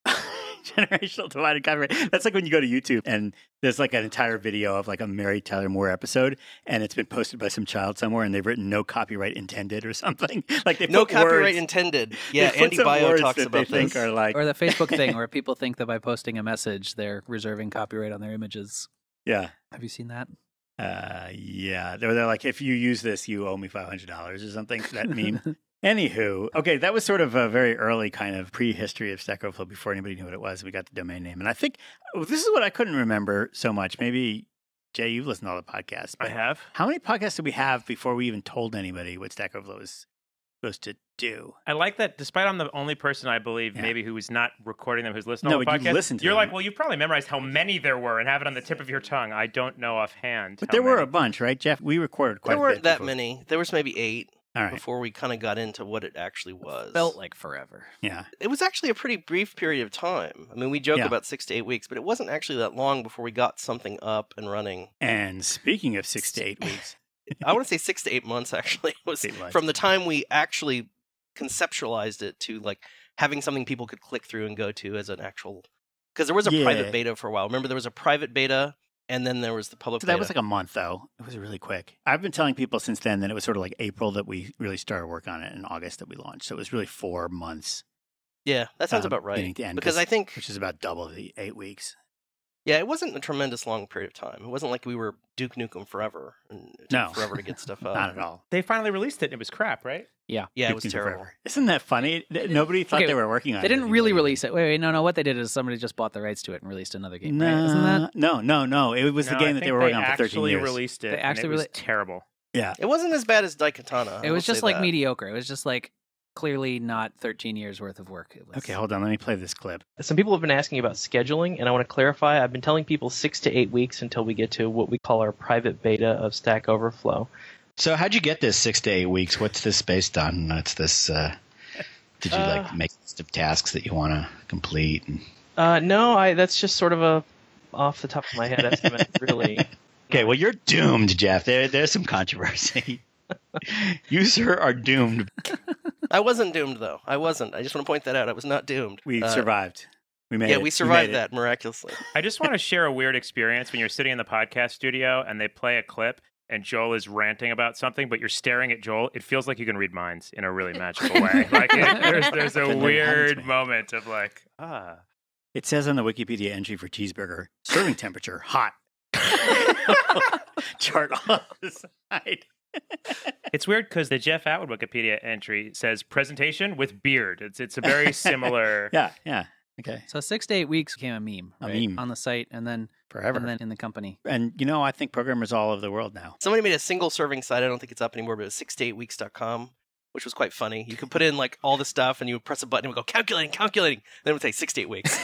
A: Generational divided copyright. That's like when you go to YouTube and there's like an entire video of like a Mary Tyler Moore episode, and it's been posted by some child somewhere, and they've written no copyright intended or something. Like they
F: No
A: put
F: copyright
A: words-
F: intended.
A: they
F: Yeah,
A: put
F: Andy
A: some
F: Bio
A: words
F: talks
A: that
F: about
A: they think
F: this.
A: are like
D: or the Facebook thing where people think that by posting a message, they're reserving copyright on their images.
A: yeah.
D: Have you seen that?
A: Uh, yeah, they're, they're like, if you use this, you owe me five hundred dollars or something. That meme. Anywho, okay, that was sort of a very early kind of prehistory of Stack Overflow before anybody knew what it was. We got the domain name, and I think oh, this is what I couldn't remember so much. Maybe Jay, you've listened to all the podcasts.
B: I
A: but
B: have.
A: How many podcasts did we have before we even told anybody what Stack Overflow is supposed to do?
B: I like that despite I'm the only person I believe
A: Yeah.
B: maybe who was not recording them who's listening
A: No,
B: to the
A: but you
B: podcast.
A: listened to
B: You're
A: them.
B: like, well, you probably memorized how many there were and have it on the tip of your tongue. I don't know offhand.
A: But
B: how
A: there were a
B: many.
A: bunch, right, Jeff? We recorded quite.
F: There
A: a bit
F: weren't that
A: before-
F: many. There was maybe eight
A: All right.
F: before we kind of got into what it actually was.
D: Felt like forever.
A: Yeah.
F: it was actually a pretty brief period of time. I mean, we joke
A: Yeah.
F: about six to eight weeks, but it wasn't actually that long before we got something up and running.
A: And speaking of six to eight weeks,
F: I want to say six to eight months actually was
A: Eight months.
F: from the time we actually conceptualized it to like having something people could click through and go to as an actual because there was a
A: Yeah.
F: private beta for a while. Remember, there was a private beta and then there was the public.
A: So that
F: beta.
A: was like a month, though. It was really quick. I've been telling people since then that it was sort of like April that we really started work on it and August that we launched. So it was really four months,
F: yeah, that sounds
A: uh,
F: about
A: beginning
F: right.
A: to end,
F: Because I think
A: which is about double the eight weeks.
F: yeah, it wasn't a tremendous long period of time. It wasn't like we were Duke Nukem forever and it took
A: No.
F: forever to get stuff up.
A: Not at all.
B: They finally released it and it was crap, right?
F: Yeah, it
A: Duke
F: was
A: Nukem
F: terrible.
A: Forever. Isn't that funny? Th- Nobody thought
D: Okay,
A: they were working on
D: They
A: it.
D: didn't really
A: anymore.
D: release it. Wait, wait, no, no. What they did is somebody just bought the rights to it and released another game.
A: No,
D: Right? Isn't that?
A: no, no, no. It was the
B: No, I
A: game that they
B: think
A: were working on for 13
B: actually
A: years.
B: released it.
D: They
B: and
D: actually
B: it was
D: rela-
B: terrible.
F: It wasn't as bad as Daikatana. I
D: It
F: will
D: was just
F: say
D: like
F: that.
D: mediocre. It was just like clearly not 13 years worth of work. It was-
A: Okay, hold on. Let me play this clip.
H: Some people have been asking about scheduling, and I want to clarify. I've been telling people six to eight weeks until we get to what we call our private beta of Stack Overflow.
I: So how'd you get this six to eight weeks? What's this based on? It's this. Uh, did you
A: Uh.
I: like make a list of tasks that you want to complete? And...
H: Uh, no, I that's just sort of a off the top of my head estimate, really.
I: Okay, well you're doomed, Jeff. There, there's some controversy. you sir are doomed.
F: I wasn't doomed though. I wasn't. I just want to point that out. I was not doomed.
A: We
F: Uh,
A: survived. We made
F: Yeah,
A: it.
F: we survived
A: made it.
F: that miraculously.
B: I just want to share a weird experience when you're sitting in the podcast studio and they play a clip and Joel is ranting about something, but you're staring at Joel. It feels like you can read minds in a really magical way. Like it, there's there's a
A: Couldn't have happened to me.
B: weird moment of like ah.
A: It says on the Wikipedia entry for cheeseburger, serving temperature, hot. Chart on the side.
B: It's weird because the Jeff Atwood Wikipedia entry says presentation with beard. It's it's a very similar.
A: Yeah, yeah. Okay.
D: So six to eight weeks became a meme,
A: A
D: right?
A: meme.
D: on the site, and then
A: Forever.
D: and then in the company.
A: and you know, I think programmers all over the world now.
F: Somebody made a single serving site. I don't think it's up anymore, but it was six to eight weeks.com, which was quite funny. You could put in like all the stuff and you would press a button and it would go calculating, calculating. Then it would say six to eight weeks,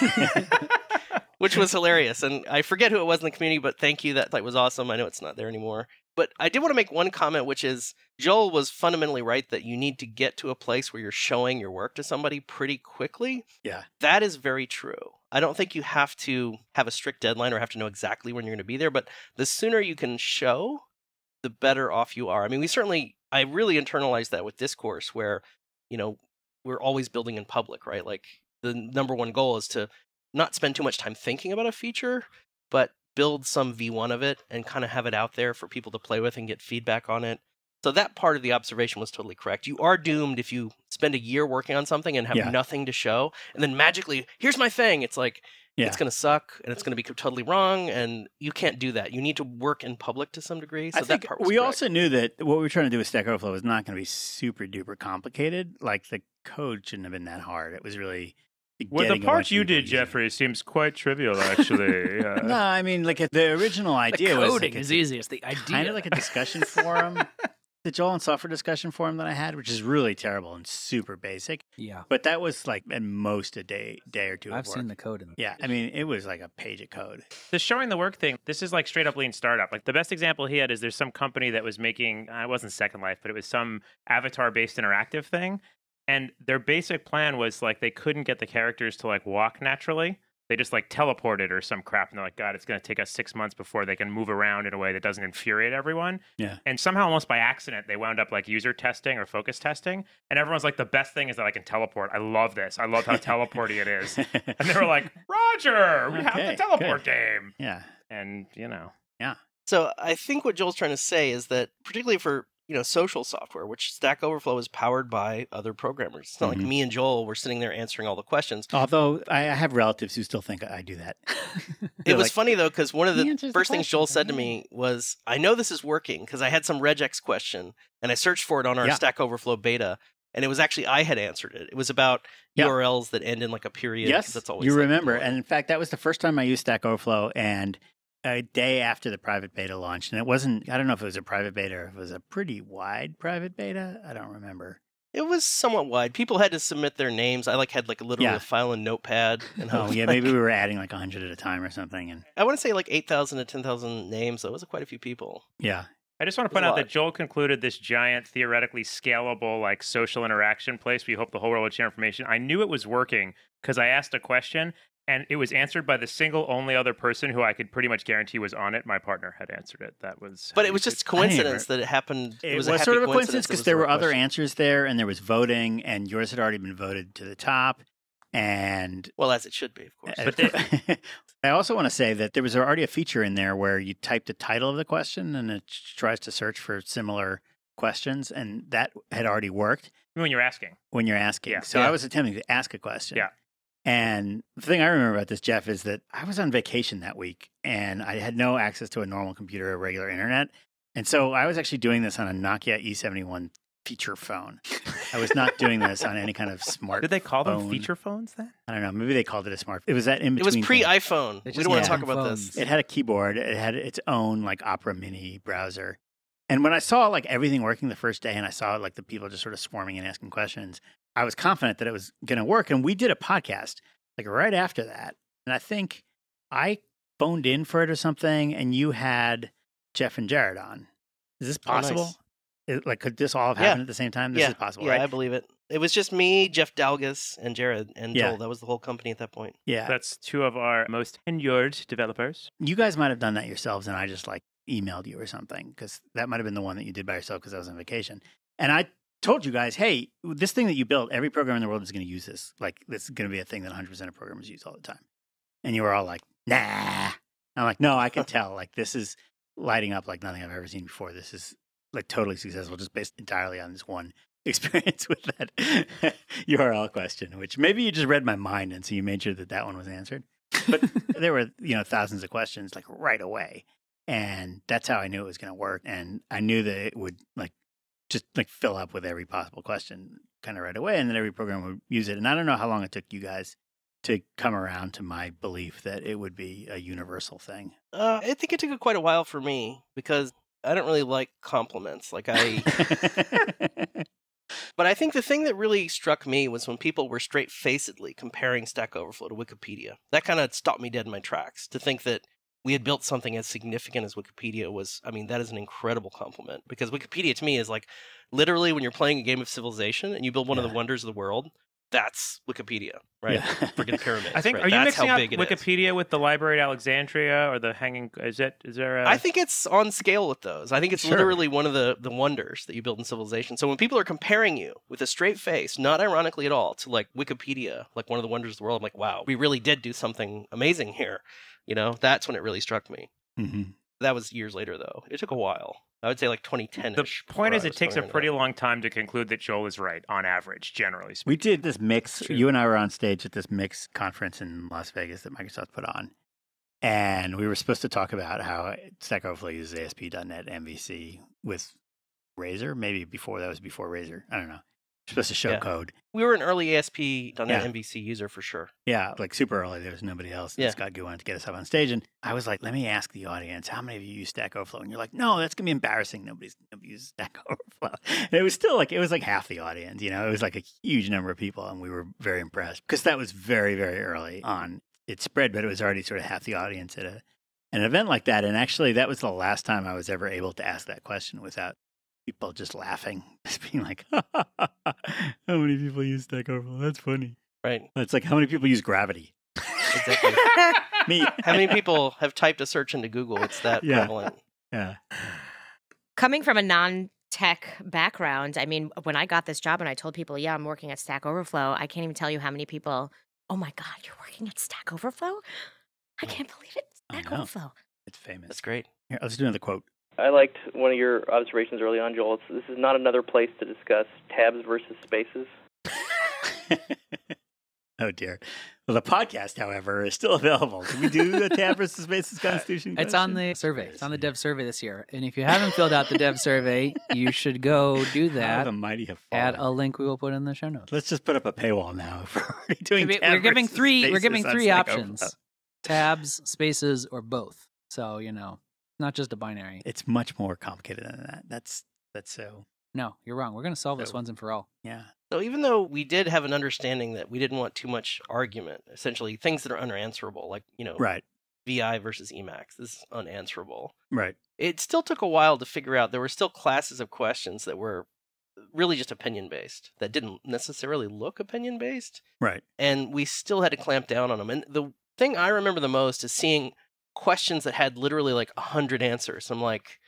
F: which was hilarious. And I forget who it was in the community, but thank you. That site was awesome. I know it's not there anymore. But I did want to make one comment, which is Joel was fundamentally right that you need to get to a place where you're showing your work to somebody pretty quickly.
A: Yeah.
F: That is very true. I don't think you have to have a strict deadline or have to know exactly when you're going to be there, but the sooner you can show, the better off you are. I mean, we certainly, I really internalized that with discourse where, you know, we're always building in public, right? Like the number one goal is to not spend too much time thinking about a feature, but build some V1 of it and kind of have it out there for people to play with and get feedback on it. So that part of the observation was totally correct. You are doomed if you spend a year working on something and have
A: Yeah.
F: nothing to show and then magically, here's my thing. It's like,
A: Yeah.
F: it's going to suck and it's going to be totally wrong and you can't do that. You need to work in public to some degree. So
A: I think
F: that part was
A: we
F: correct.
A: also knew that what we were trying to do with Stack Overflow was not going to be super duper complicated. Like the code shouldn't have been that hard. It was really
B: Well, the
A: getting a
B: part
A: bunch of
B: you
A: people
B: did,
A: using it.
B: Jeffrey, seems quite trivial, actually. Yeah.
A: No, I mean, like the original idea
D: the
A: was
D: coding
A: like a-
D: is easy. It's the idea.
A: kind of like a discussion forum, the Joel and Software discussion forum that I had, which is really terrible and super basic.
D: yeah.
A: But that was like at most a day, day or 2
D: I've
A: of work.
D: seen the code in.
A: Yeah, I mean, it was like a page of code.
B: The showing the work thing, this is like straight up lean startup. Like the best example he had is there's some company that was making, uh, it wasn't Second Life, but it was some avatar based interactive thing. And their basic plan was like they couldn't get the characters to like walk naturally. they just like teleported or some crap, and they're like, God, it's going to take us six months before they can move around in a way that doesn't infuriate everyone.
A: Yeah.
B: And somehow, almost by accident, they wound up like user testing or focus testing, and everyone's like, the best thing is that I can teleport. I love this. I love how teleporty it is. And they were like, Roger, we have
A: Okay,
B: the teleport
A: good.
B: game.
A: yeah.
B: And you know,
F: So I think what Joel's trying to say is that particularly for you know social software, which Stack Overflow is powered by other programmers. It's not
A: Mhm.
F: like me and Joel were sitting there answering all the questions.
A: Although I I have relatives who still think I do that.
F: It
A: They're
F: was
A: like,
F: funny though because one of
I: He
F: the
I: answers the
F: first things Joel
I: questions,
F: said to
I: yeah.
F: me was, "I know this is working because I had some regex question and I searched for it on our
A: Yeah.
F: Stack Overflow beta, and it was actually I had answered it. It was about
A: Yeah.
F: URLs that end in like a period. 'cause
A: Yes,
F: that's always
A: you
F: like,
A: remember.
F: annoying.
A: And in fact, that was the first time I used Stack Overflow, and a day after the private beta launched, and it wasn't. I don't know if it was a private beta or if it was a pretty wide private beta. I don't remember.
F: it was somewhat wide. People had to submit their names. I like had like literally
A: Yeah.
F: a file in Notepad. And I
A: Oh
F: was
A: yeah,
F: like-
A: maybe we were adding like hundred at a time or something. And
F: I want to say like eight thousand to ten thousand names. That was quite a few people.
A: yeah,
B: I just want to
F: There's
B: point
F: a
B: out that
F: lot.
B: Joel concluded this giant, theoretically scalable, like social interaction place. We hope the whole world will share information. I knew it was working because I asked a question and it was answered by the single only other person who I could pretty much guarantee was on it. My partner had answered it. That was.
F: But it was just
A: didn't even-
F: coincidence that it happened.
A: it, was,
F: a happy
A: sort of a coincidence
F: that it
A: because
F: was
A: there
F: the
A: were
F: right
A: other
F: question.
A: answers there, and there was voting, and yours had already been voted to the top, and
F: Well, as it should be, of course.
A: Uh, But Eh, I also want to say that there was already a feature in there where you type the title of the question and it ch- tries to search for similar questions, and that had already worked
B: when you're asking.
A: when you're asking.
B: Yeah.
A: So I was attempting to ask a question.
B: Yeah.
A: And the thing I remember about this, Jeff, is that I was on vacation that week and I had no access to a normal computer or regular internet. And so I was actually doing this on a Nokia E71 feature phone. I was not doing this on any kind of smart.
B: Did they call them
A: phone.
B: feature phones then?
A: I don't know. Maybe they called it a smart. It was that in between.
F: it was
A: thing.
F: pre iPhone.
D: They
F: We
D: just
F: don't want
A: Yeah.
F: to talk about
D: phones.
F: this.
A: It had a keyboard. It had its own like Opera Mini browser. And when I saw like everything working the first day, and I saw like the people just sort of swarming and asking questions, I was confident that it was going to work. And we did a podcast like right after that, and I think I phoned in for it or something, and you had Jeff and Jared on. Is this
F: Oh, nice.
A: possible? Is- like, could this all have
F: Yeah.
A: happened at the same time? This
F: yeah,
A: is possible,
F: yeah,
A: right?
F: I believe it. It was just me, Jeff Dalgas, and Jared and
A: Yeah.
F: Joel. That was the whole company at that point.
A: yeah.
B: That's two of our most tenured developers.
A: You guys might have done that yourselves, and I just like emailed you or something because that might have been the one that you did by yourself because I was on vacation. And I told you guys, hey, this thing that you built, every program in the world is going to use this. Like, this is going to be a thing that 100% of programmers use all the time. And you were all like, nah. I'm like, no, I can tell. Like, this is lighting up like nothing I've ever seen before. This is like totally successful, just based entirely on this one experience with that URL question, which maybe you just read my mind. And so you made sure that that one was answered. But there were, you know, thousands of questions like right away. And that's how I knew it was going to work. And I knew that it would like just like fill up with every possible question kind of right away. And then every program would use it. And I don't know how long it took you guys to come around to my belief that it would be a universal thing.
F: Uh, I think it took quite a while for me because I don't really like compliments. Like I, but I think the thing that really struck me was when people were straight facedly comparing Stack Overflow to Wikipedia. That kind of stopped me dead in my tracks to think that we had built something as significant as Wikipedia was. I mean, that is an incredible compliment because Wikipedia to me is like literally when you're playing a game of Civilization and you build one of
A: Yeah.
F: the wonders of the world. That's Wikipedia, right?
A: Yeah.
F: Freaking pyramids.
B: I think.
F: right?
B: Are you
F: That's
B: mixing
F: how
B: up
F: big it is.
B: Wikipedia with the Library at Alexandria or the Hanging? Is it? Is there a?
F: I think it's on scale with those. I think it's
A: Sure.
F: literally one of the, the wonders that you build in civilization. So when people are comparing you with a straight face, not ironically at all, to like Wikipedia, like one of the wonders of the world, I'm like, wow, we really did do something amazing here. You know, that's when it really struck me.
A: hmm
F: That was years later though. It took a while. I would say like 2010.
B: The point is, it takes a pretty long time to conclude that Joel is right on average, generally speaking.
A: We did this mix.
D: True.
A: You and I were on stage at this mix conference in Las Vegas that Microsoft put on. And we were supposed to talk about how Stack Overflow uses ASP.NET MVC with Razor. Maybe before that was before Razor. I don't know. supposed to show
F: Yeah.
A: code.
F: We were an early ASP on
A: Yeah.
F: an MVC user for sure.
A: Yeah, like super early. There was nobody else. And
F: Yeah.
A: Scott Goo wanted to get us up on stage. And I was like, let me ask the audience, how many of you use Stack Overflow? And you're like, no, that's going to be embarrassing. Nobody's going to use Stack Overflow. And it was still like, it was like half the audience, you know, it was like a huge number of people. And we were very impressed because that was very, very early on. It spread, but it was already sort of half the audience at a, an event like that. And actually, that was the last time I was ever able to ask that question without people just laughing, just being like, how many people use Stack Overflow? That's funny.
F: Right.
A: It's like, how many people use gravity?
F: Exactly.
A: Me.
F: How many people have typed a search into Google? It's that
A: Yeah.
F: prevalent.
A: Yeah.
E: Coming from a non tech background, I mean, when I got this job and I told people, yeah, I'm working at Stack Overflow, I can't even tell you how many people, oh my God, you're working at Stack Overflow? I can't believe it.
A: I
E: Stack
A: know.
E: Overflow.
A: It's famous.
F: That's great.
A: Here, let's do another quote.
H: I liked one of your observations early on, Joel. It's, this is not another place to discuss tabs versus spaces.
A: oh dear. Well, the podcast, however, is still available. Can we do the tab versus spaces constitution?
D: It's on
A: question?
D: the survey. It's on the dev survey this year. And if you haven't filled out the dev survey, you should go do
A: How the
D: that
A: mighty have fallen.
D: at a link we will put in the show notes.
A: Let's just put up a paywall now. If we're already doing.
D: We're-
A: tab
D: We're giving
A: versus
D: three. We're
A: spaces oh,
D: giving
A: on
D: three
A: Stack
D: options:
A: Overflow.
D: tabs, spaces, or both. So you know, not just a binary.
A: It's much more complicated than that. That's that's so.
D: No, you're wrong. We're gonna solve this
A: So-
D: once and for all.
A: Yeah.
F: So even though we did have an understanding that we didn't want too much argument, essentially things that are unanswerable, like you know
A: Right.
F: VI versus Emacs, this is unanswerable.
A: Right.
F: It still took a while to figure out there were still classes of questions that were really just opinion based that didn't necessarily look opinion based.
A: Right.
F: and we still had to clamp down on them. And the thing I remember the most is seeing questions that had literally like a hundred answers. I'm like,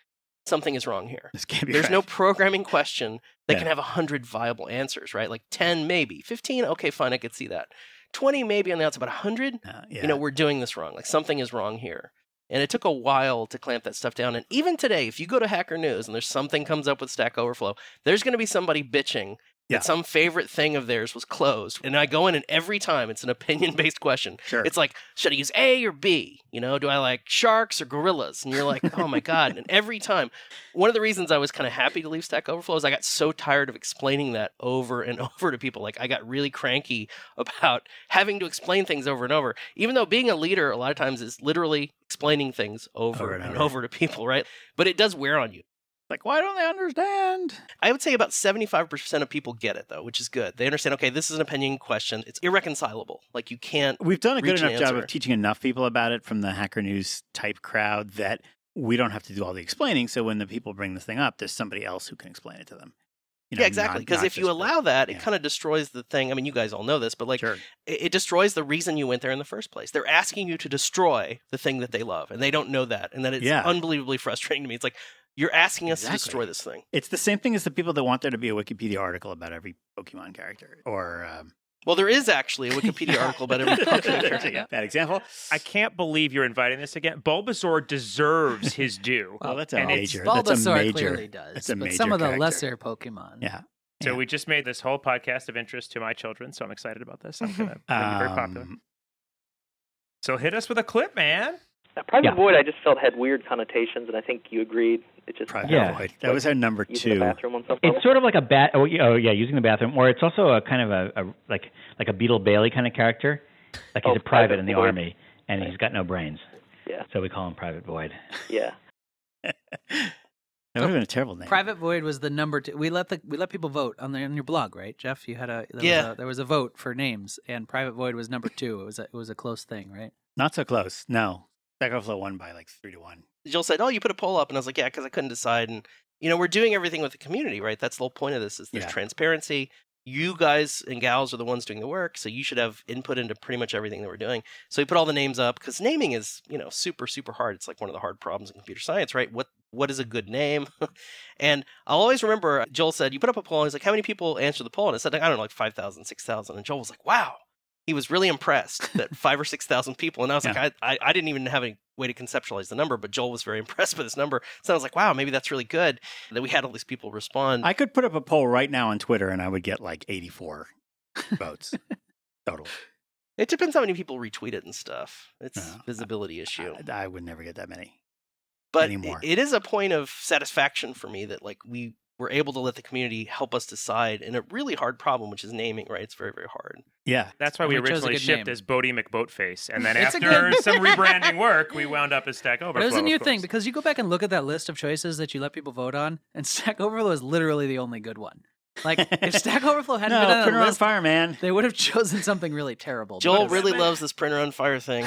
F: something is wrong here.
A: This can't be.
F: There's
A: right.
F: no programming question that
A: Yeah.
F: can have a hundred viable answers, right? Like ten, maybe fifteen. Okay, fine, I could see that. Twenty, maybe on the outside, but a hundred.
A: Uh, yeah.
F: You know, we're doing this wrong. Like something is wrong here. And it took a while to clamp that stuff down. And even today, if you go to Hacker News and there's something comes up with Stack Overflow, there's going to be somebody bitching
A: Yeah.
F: that some favorite thing of theirs was closed. And I go in, and every time it's an opinion based question.
A: sure.
F: It's like, should I use A or B? You know, do I like sharks or gorillas? And you're like, oh my God. And every time, one of the reasons I was kind of happy to leave Stack Overflow is I got so tired of explaining that over and over to people. Like, I got really cranky about having to explain things over and over, even though being a leader a lot of times is literally explaining things over,
A: Over and
F: and,
A: over.
F: over to people, right? But it does wear on you.
A: like why don't they understand?
F: I would say about 75% of people get it, though, which is good. They understand, okay, this is an opinion question. It's irreconcilable. Like, you can't
A: We've done a good
F: Reach an
A: enough job
F: answer.
A: of teaching enough people about it from the Hacker News type crowd that we don't have to do all the explaining. So when the people bring this thing up, there's somebody else who can explain it to them. You know,
F: yeah, exactly.
A: not-
F: Because
A: not
F: if you
A: just the-
F: allow that,
A: yeah.
F: it kind of destroys the thing. I mean, you guys all know this, but like,
A: Sure.
F: it, it destroys the reason you went there in the first place. They're asking you to destroy the thing that they love, and they don't know that, and that it's
A: Yeah.
F: unbelievably frustrating to me. It's like you're asking us
A: Exactly.
F: to destroy this thing.
A: It's the same thing as the people that want there to be a Wikipedia article about every Pokemon character. Or um,
F: Well, there is actually a Wikipedia article about every Pokemon
A: there's
F: character.
A: a bad example.
B: I can't believe you're inviting this again. Bulbasaur deserves his due.
A: Well, that's a
B: And it's
A: major. that's a
D: Bulbasaur
A: major.
D: clearly does,
A: that's a
D: but
A: major
D: some of the
A: character.
D: lesser Pokemon.
A: Yeah.
B: So
A: Yeah.
B: we just made this whole podcast of interest to my children. So I'm excited about this. I'm gonna it'll be very popular.
A: Um,
B: So hit us with a clip, man.
H: Now, Private
G: Yeah.
H: Void, I just felt had weird connotations, and I think you agreed. It just
A: private
G: Yeah.
A: Void. That was our number
H: using the
A: two.
H: bathroom on some level.
G: It's sort of like a bat. Oh, yeah, oh, yeah, using the bathroom, or it's also a kind of a, a like like a Beetle Bailey kind of character. Like he's
H: Oh,
G: a private
H: Private
G: in the
H: Void.
G: army, and he's got no brains.
H: Yeah.
G: So we call him Private Void.
H: Yeah.
A: That would have been a terrible name.
D: Private Void was the number two. We let the we let people vote on the on your blog, right, Jeff? You had a there
F: Yeah.
D: Was a, there was a vote for names, and Private Void was number two. It was a, it was a close thing, right?
A: Not so close. No. Stack Overflow won by like three to one.
F: Joel said, "Oh, you put a poll up," and I was like, "Yeah," because I couldn't decide. And you know, we're doing everything with the community, right? That's the whole point of this: is there's
A: Yeah.
F: transparency. You guys and gals are the ones doing the work, so you should have input into pretty much everything that we're doing. So we put all the names up because naming is, you know, super super hard. It's like one of the hard problems in computer science, right? What what is a good name? and I'll always remember Joel said, "You put up a poll." And he's like, "How many people answered the poll?" And I said, like, "I don't know, like 5,000, 6,000." And Joel was like, "Wow." He was really impressed that five or six thousand people, and I was
A: Yeah.
F: like, I, I, I didn't even have any way to conceptualize the number, but Joel was very impressed by this number. So I was like, wow, maybe that's really good that we had all these people
D: Hmm.
F: respond.
A: I could put up a poll right now on Twitter and I would get like 84 votes total.
F: it depends how many people retweet it and stuff. It's
A: Yeah.
F: visibility issue.
A: I, I would never get that many.
F: but
A: anymore.
F: it- it is a point of satisfaction for me that like we were able to let the community help us decide in a really hard problem, which is naming. Right, it's very very hard.
A: Yeah.
B: That's why
D: And
B: we,
D: we chose a
B: originally
D: good
B: shipped
D: name.
B: as Bodie McBoatface, and then
D: It's a
B: after
D: good-
B: some rebranding work, we wound up as Stack Overflow.
D: But it was a
B: of
D: new thing
B: course.
D: because you go back and look at that list of choices that you let people vote on, and Stack Overflow is literally the only good one. Like if Stack Overflow hadn't been
A: No,
D: on
A: put her
D: the
A: on
D: list,
A: fire, man.
D: they would have chosen something really terrible.
F: Joel
D: because-
F: really loves this printer on fire thing.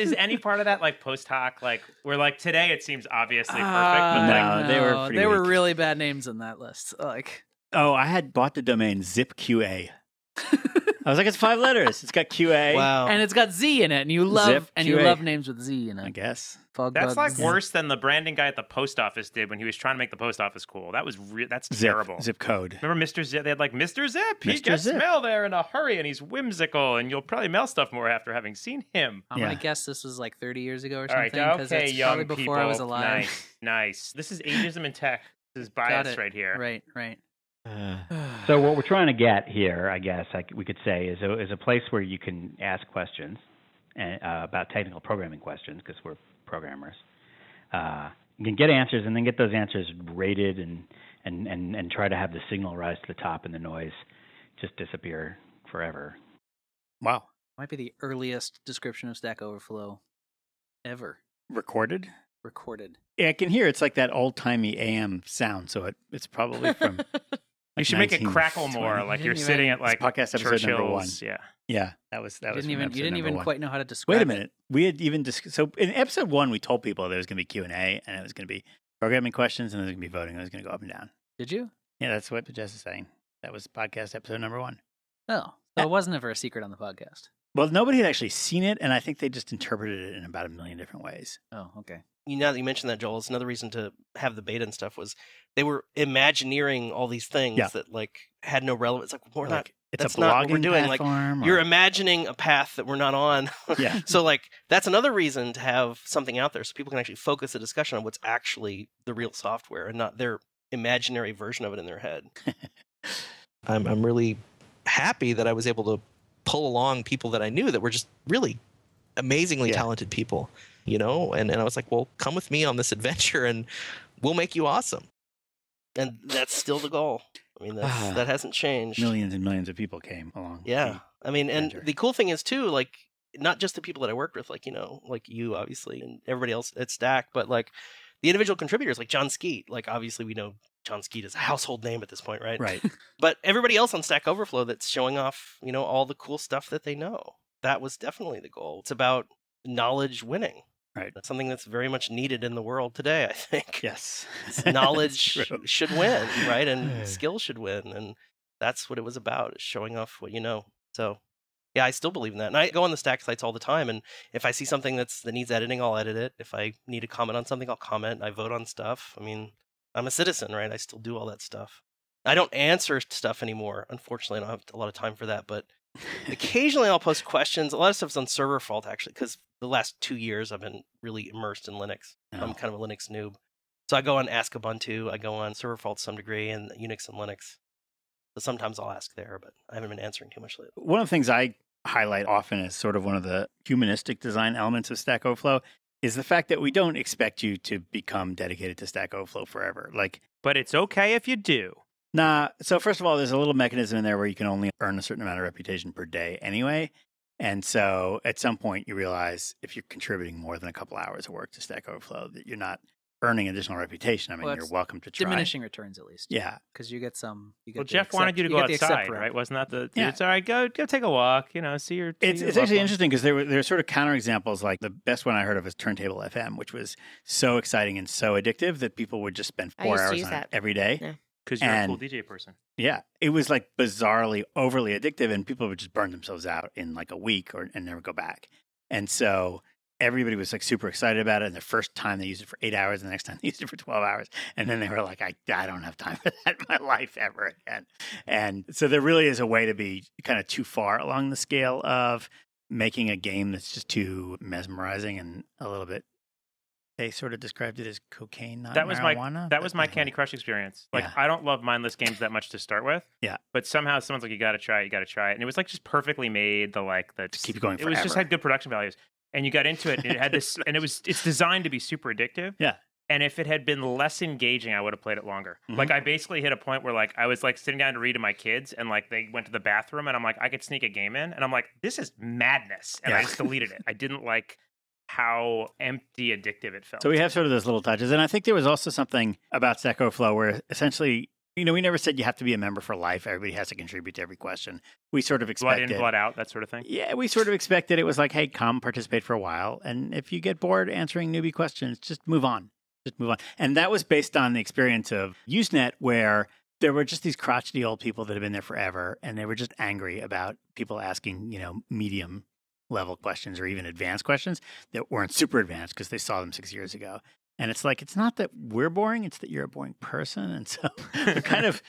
B: is any part of that like post hoc? Like we're like today, it seems obviously perfect,
D: Ah,
B: but like
A: No, they were pretty
D: they were
A: weak.
D: really bad names in that list. Like
A: Oh, I had bought the domain zipqa. I was like, it's five letters. It's got QA.
F: Wow.
D: and it's got Z in it, and you love
A: Zip
D: and you
A: QA.
D: love names with Z in
A: I
D: it.
A: guess.
D: Fog
B: That's
D: bugs.
B: like worse than the branding guy at the post office did when he was trying to make the post office cool. That was re- that's
A: Zip.
B: terrible.
A: Zip code.
B: Remember Mr. Zip? They had like Mr. Zip. He
A: Mr.
B: gets
A: Zip.
B: mail there in a hurry, and he's whimsical, and you'll probably mail stuff more after having seen him.
D: I'm
A: Yeah.
D: gonna guess this was like 30 years ago or
B: All right,
D: something because
B: okay,
D: it's
B: young
D: probably before I
B: people.
D: was alive.
B: Nice, nice. This is ageism in tech. This is
D: Got
B: bias
D: it.
B: right here.
D: Right, right.
G: So what we're trying to get here, I guess, I c we could say, is a, is a place where you can ask questions and, uh, about technical programming questions because we're programmers. Uh, you can get answers and then get those answers rated and, and, and, and try to have the signal rise to the top and the noise just disappear forever.
A: Wow.
D: Might be the earliest description of Stack Overflow ever
A: Recorded?
D: recorded.
A: Yeah, I can hear it's like that old timey AM sound. So it, it's probably from.
B: You
A: like
B: should make it
A: 1920.
B: crackle more, like you're
D: Didn't
B: sitting
D: even-
B: at like
A: podcast episode
B: Churchill's.
A: number one.
B: Yeah.
A: Yeah, that was that
D: You
A: was.
D: didn't
A: from
D: even
A: episode
D: you didn't
A: number
D: even
A: one.
D: quite know how to describe.
A: Wait a
D: it.
A: minute. We had even dis- so in episode one we told people there was going to be Q and A and it was going to be programming questions and there was going to be voting. and It was going to go up and down.
D: Did you?
A: Yeah, that's what Jess is saying. That was podcast episode number one.
D: Oh, so it wasn't ever a secret on the podcast.
A: Well, nobody had actually seen it, and I think they just interpreted it in about a million different ways.
D: Oh, okay.
F: you now that you mentioned that, Joel, it's another reason to have the beta and stuff was they were imagineering all these things
A: Yeah.
F: that like had no relevance. Like we're not.
A: like, it's
F: that's
A: a blogging
F: not what we're doing, like,
A: platform.
F: You're
A: or-
F: imagining a path that we're not on.
A: yeah,
F: so like that's another reason to have something out there so people can actually focus the discussion on what's actually the real software and not their imaginary version of it in their head.
J: I'm, I'm really happy that I was able to pull along people that I knew that were just really amazingly
A: Yeah.
J: talented people, you know? And, and I was like, well, come with me on this adventure and we'll make you awesome.
F: And that's still the goal. I mean, that's,
A: Ah.
F: that hasn't changed.
A: millions and millions of people came along.
F: Yeah. I mean, and
A: Avenger.
F: the cool thing is too, like not just the people that I worked with, like you know, like you obviously, and everybody else at Stack, but like the individual contributors, like John Skeet. Like obviously, we know John Skeet is a household name at this point, right?
A: Right.
F: But everybody else on Stack Overflow that's showing off, you know, all the cool stuff that they know. That was definitely the goal. It's about knowledge winning.
A: Right.
F: That's something that's very much needed in the world today. I think
A: yes.
F: knowledge
A: That's true.
F: should win, right? And skill should win. And that's what it was about, is showing off what you know. So yeah, I still believe in that. And I go on the stack sites all the time and if I see something that's that needs editing, I'll edit it. If I need to comment on something, I'll comment. I vote on stuff. I mean, I'm a citizen, right? I still do all that stuff. I don't answer stuff anymore. Unfortunately, I don't have a lot of time for that, but occasionally I'll post questions. A lot of stuff's on server fault actually, because the last two years I've been really immersed in Linux. I'm
A: No.
F: kind of a Linux noob. So I go on Ask Ubuntu, I go on Server Fault to some degree, and Unix and Linux. So sometimes I'll ask there, but I haven't been answering too much lately.
A: one of the things I highlight often as sort of one of the humanistic design elements of Stack Overflow is the fact that we don't expect you to become dedicated to Stack Overflow forever. Like,
B: But it's okay if you do.
A: nah, so first of all, there's a little mechanism in there where you can only earn a certain amount of reputation per day anyway. And so at some point you realize if you're contributing more than a couple hours of work to Stack Overflow, that you're not earning additional reputation. I mean,
D: Well,
A: you're
D: it's
A: welcome to try.
D: Diminishing returns, at least.
A: Yeah.
D: because you get some. You get
B: Well,
D: the
B: Jeff wanted
D: accept-
B: you to go
D: get the accept
B: outside,
D: route.
B: right? Wasn't that the?
A: Yeah.
B: It's all right. Go go take a walk. You know, see your. see
A: It's,
B: your
A: it's
B: loved
A: actually
B: ones."
A: interesting because there were there are sort of counterexamples. Like the best one I heard of was Turntable FM, which was so exciting and so addictive that people would just spend
E: I
A: four
E: used to
A: hours
E: use
A: on
E: that.
A: it every day.
E: Yeah.
B: because you're a cool
A: And-
B: DJ person.
A: Yeah, it was like bizarrely overly addictive, and people would just burn themselves out in like a week or and never go back. And so everybody was like super excited about it. And the first time they used it for eight hours, and the next time they used it for twelve hours, and then they were like, "I, I don't have time for that in my life ever again." And so there really is a way to be kind of too far along the scale of making a game that's just too mesmerizing and a little bit. They sort of described it as cocaine, not
B: That was my-
A: marijuana.
B: That was my
A: but-
B: Candy Crush experience. Like
A: Yeah.
B: I don't love mindless games that much to start with.
A: Yeah.
B: But somehow someone's like, you got to try it, you got to try it, and it was like just perfectly made. The like the
A: To keep going
B: It was just
A: forever.
B: had good production values, and you got into it. And it had this, and it was it's designed to be super addictive.
A: Yeah.
B: And if it had been less engaging, I would have played it longer.
A: Mhm.
B: Like I basically hit a point where like I was like sitting down to read to my kids, and like they went to the bathroom, and I'm like, I could sneak a game in, and I'm like, this is madness, and I
A: Yeah.
B: just deleted it. I didn't like how empty addictive it felt.
A: So we have sort of those little touches. And I think there was also something about Stack Overflow where essentially, you know, we never said you have to be a member for life. Everybody has to contribute to every question. We sort of
B: blood
A: expected.
B: in, blood out, that sort of thing.
A: Yeah, we sort of expected it was like, hey, come participate for a while. And if you get bored answering newbie questions, just move on. Just move on. And that was based on the experience of Usenet, where there were just these crotchety old people that have been there forever, and they were just angry about people asking, you know, medium level questions or even advanced questions that weren't super advanced because they saw them six years ago. And it's like, it's not that we're boring, it's that you're a boring person. And so, we're kind of,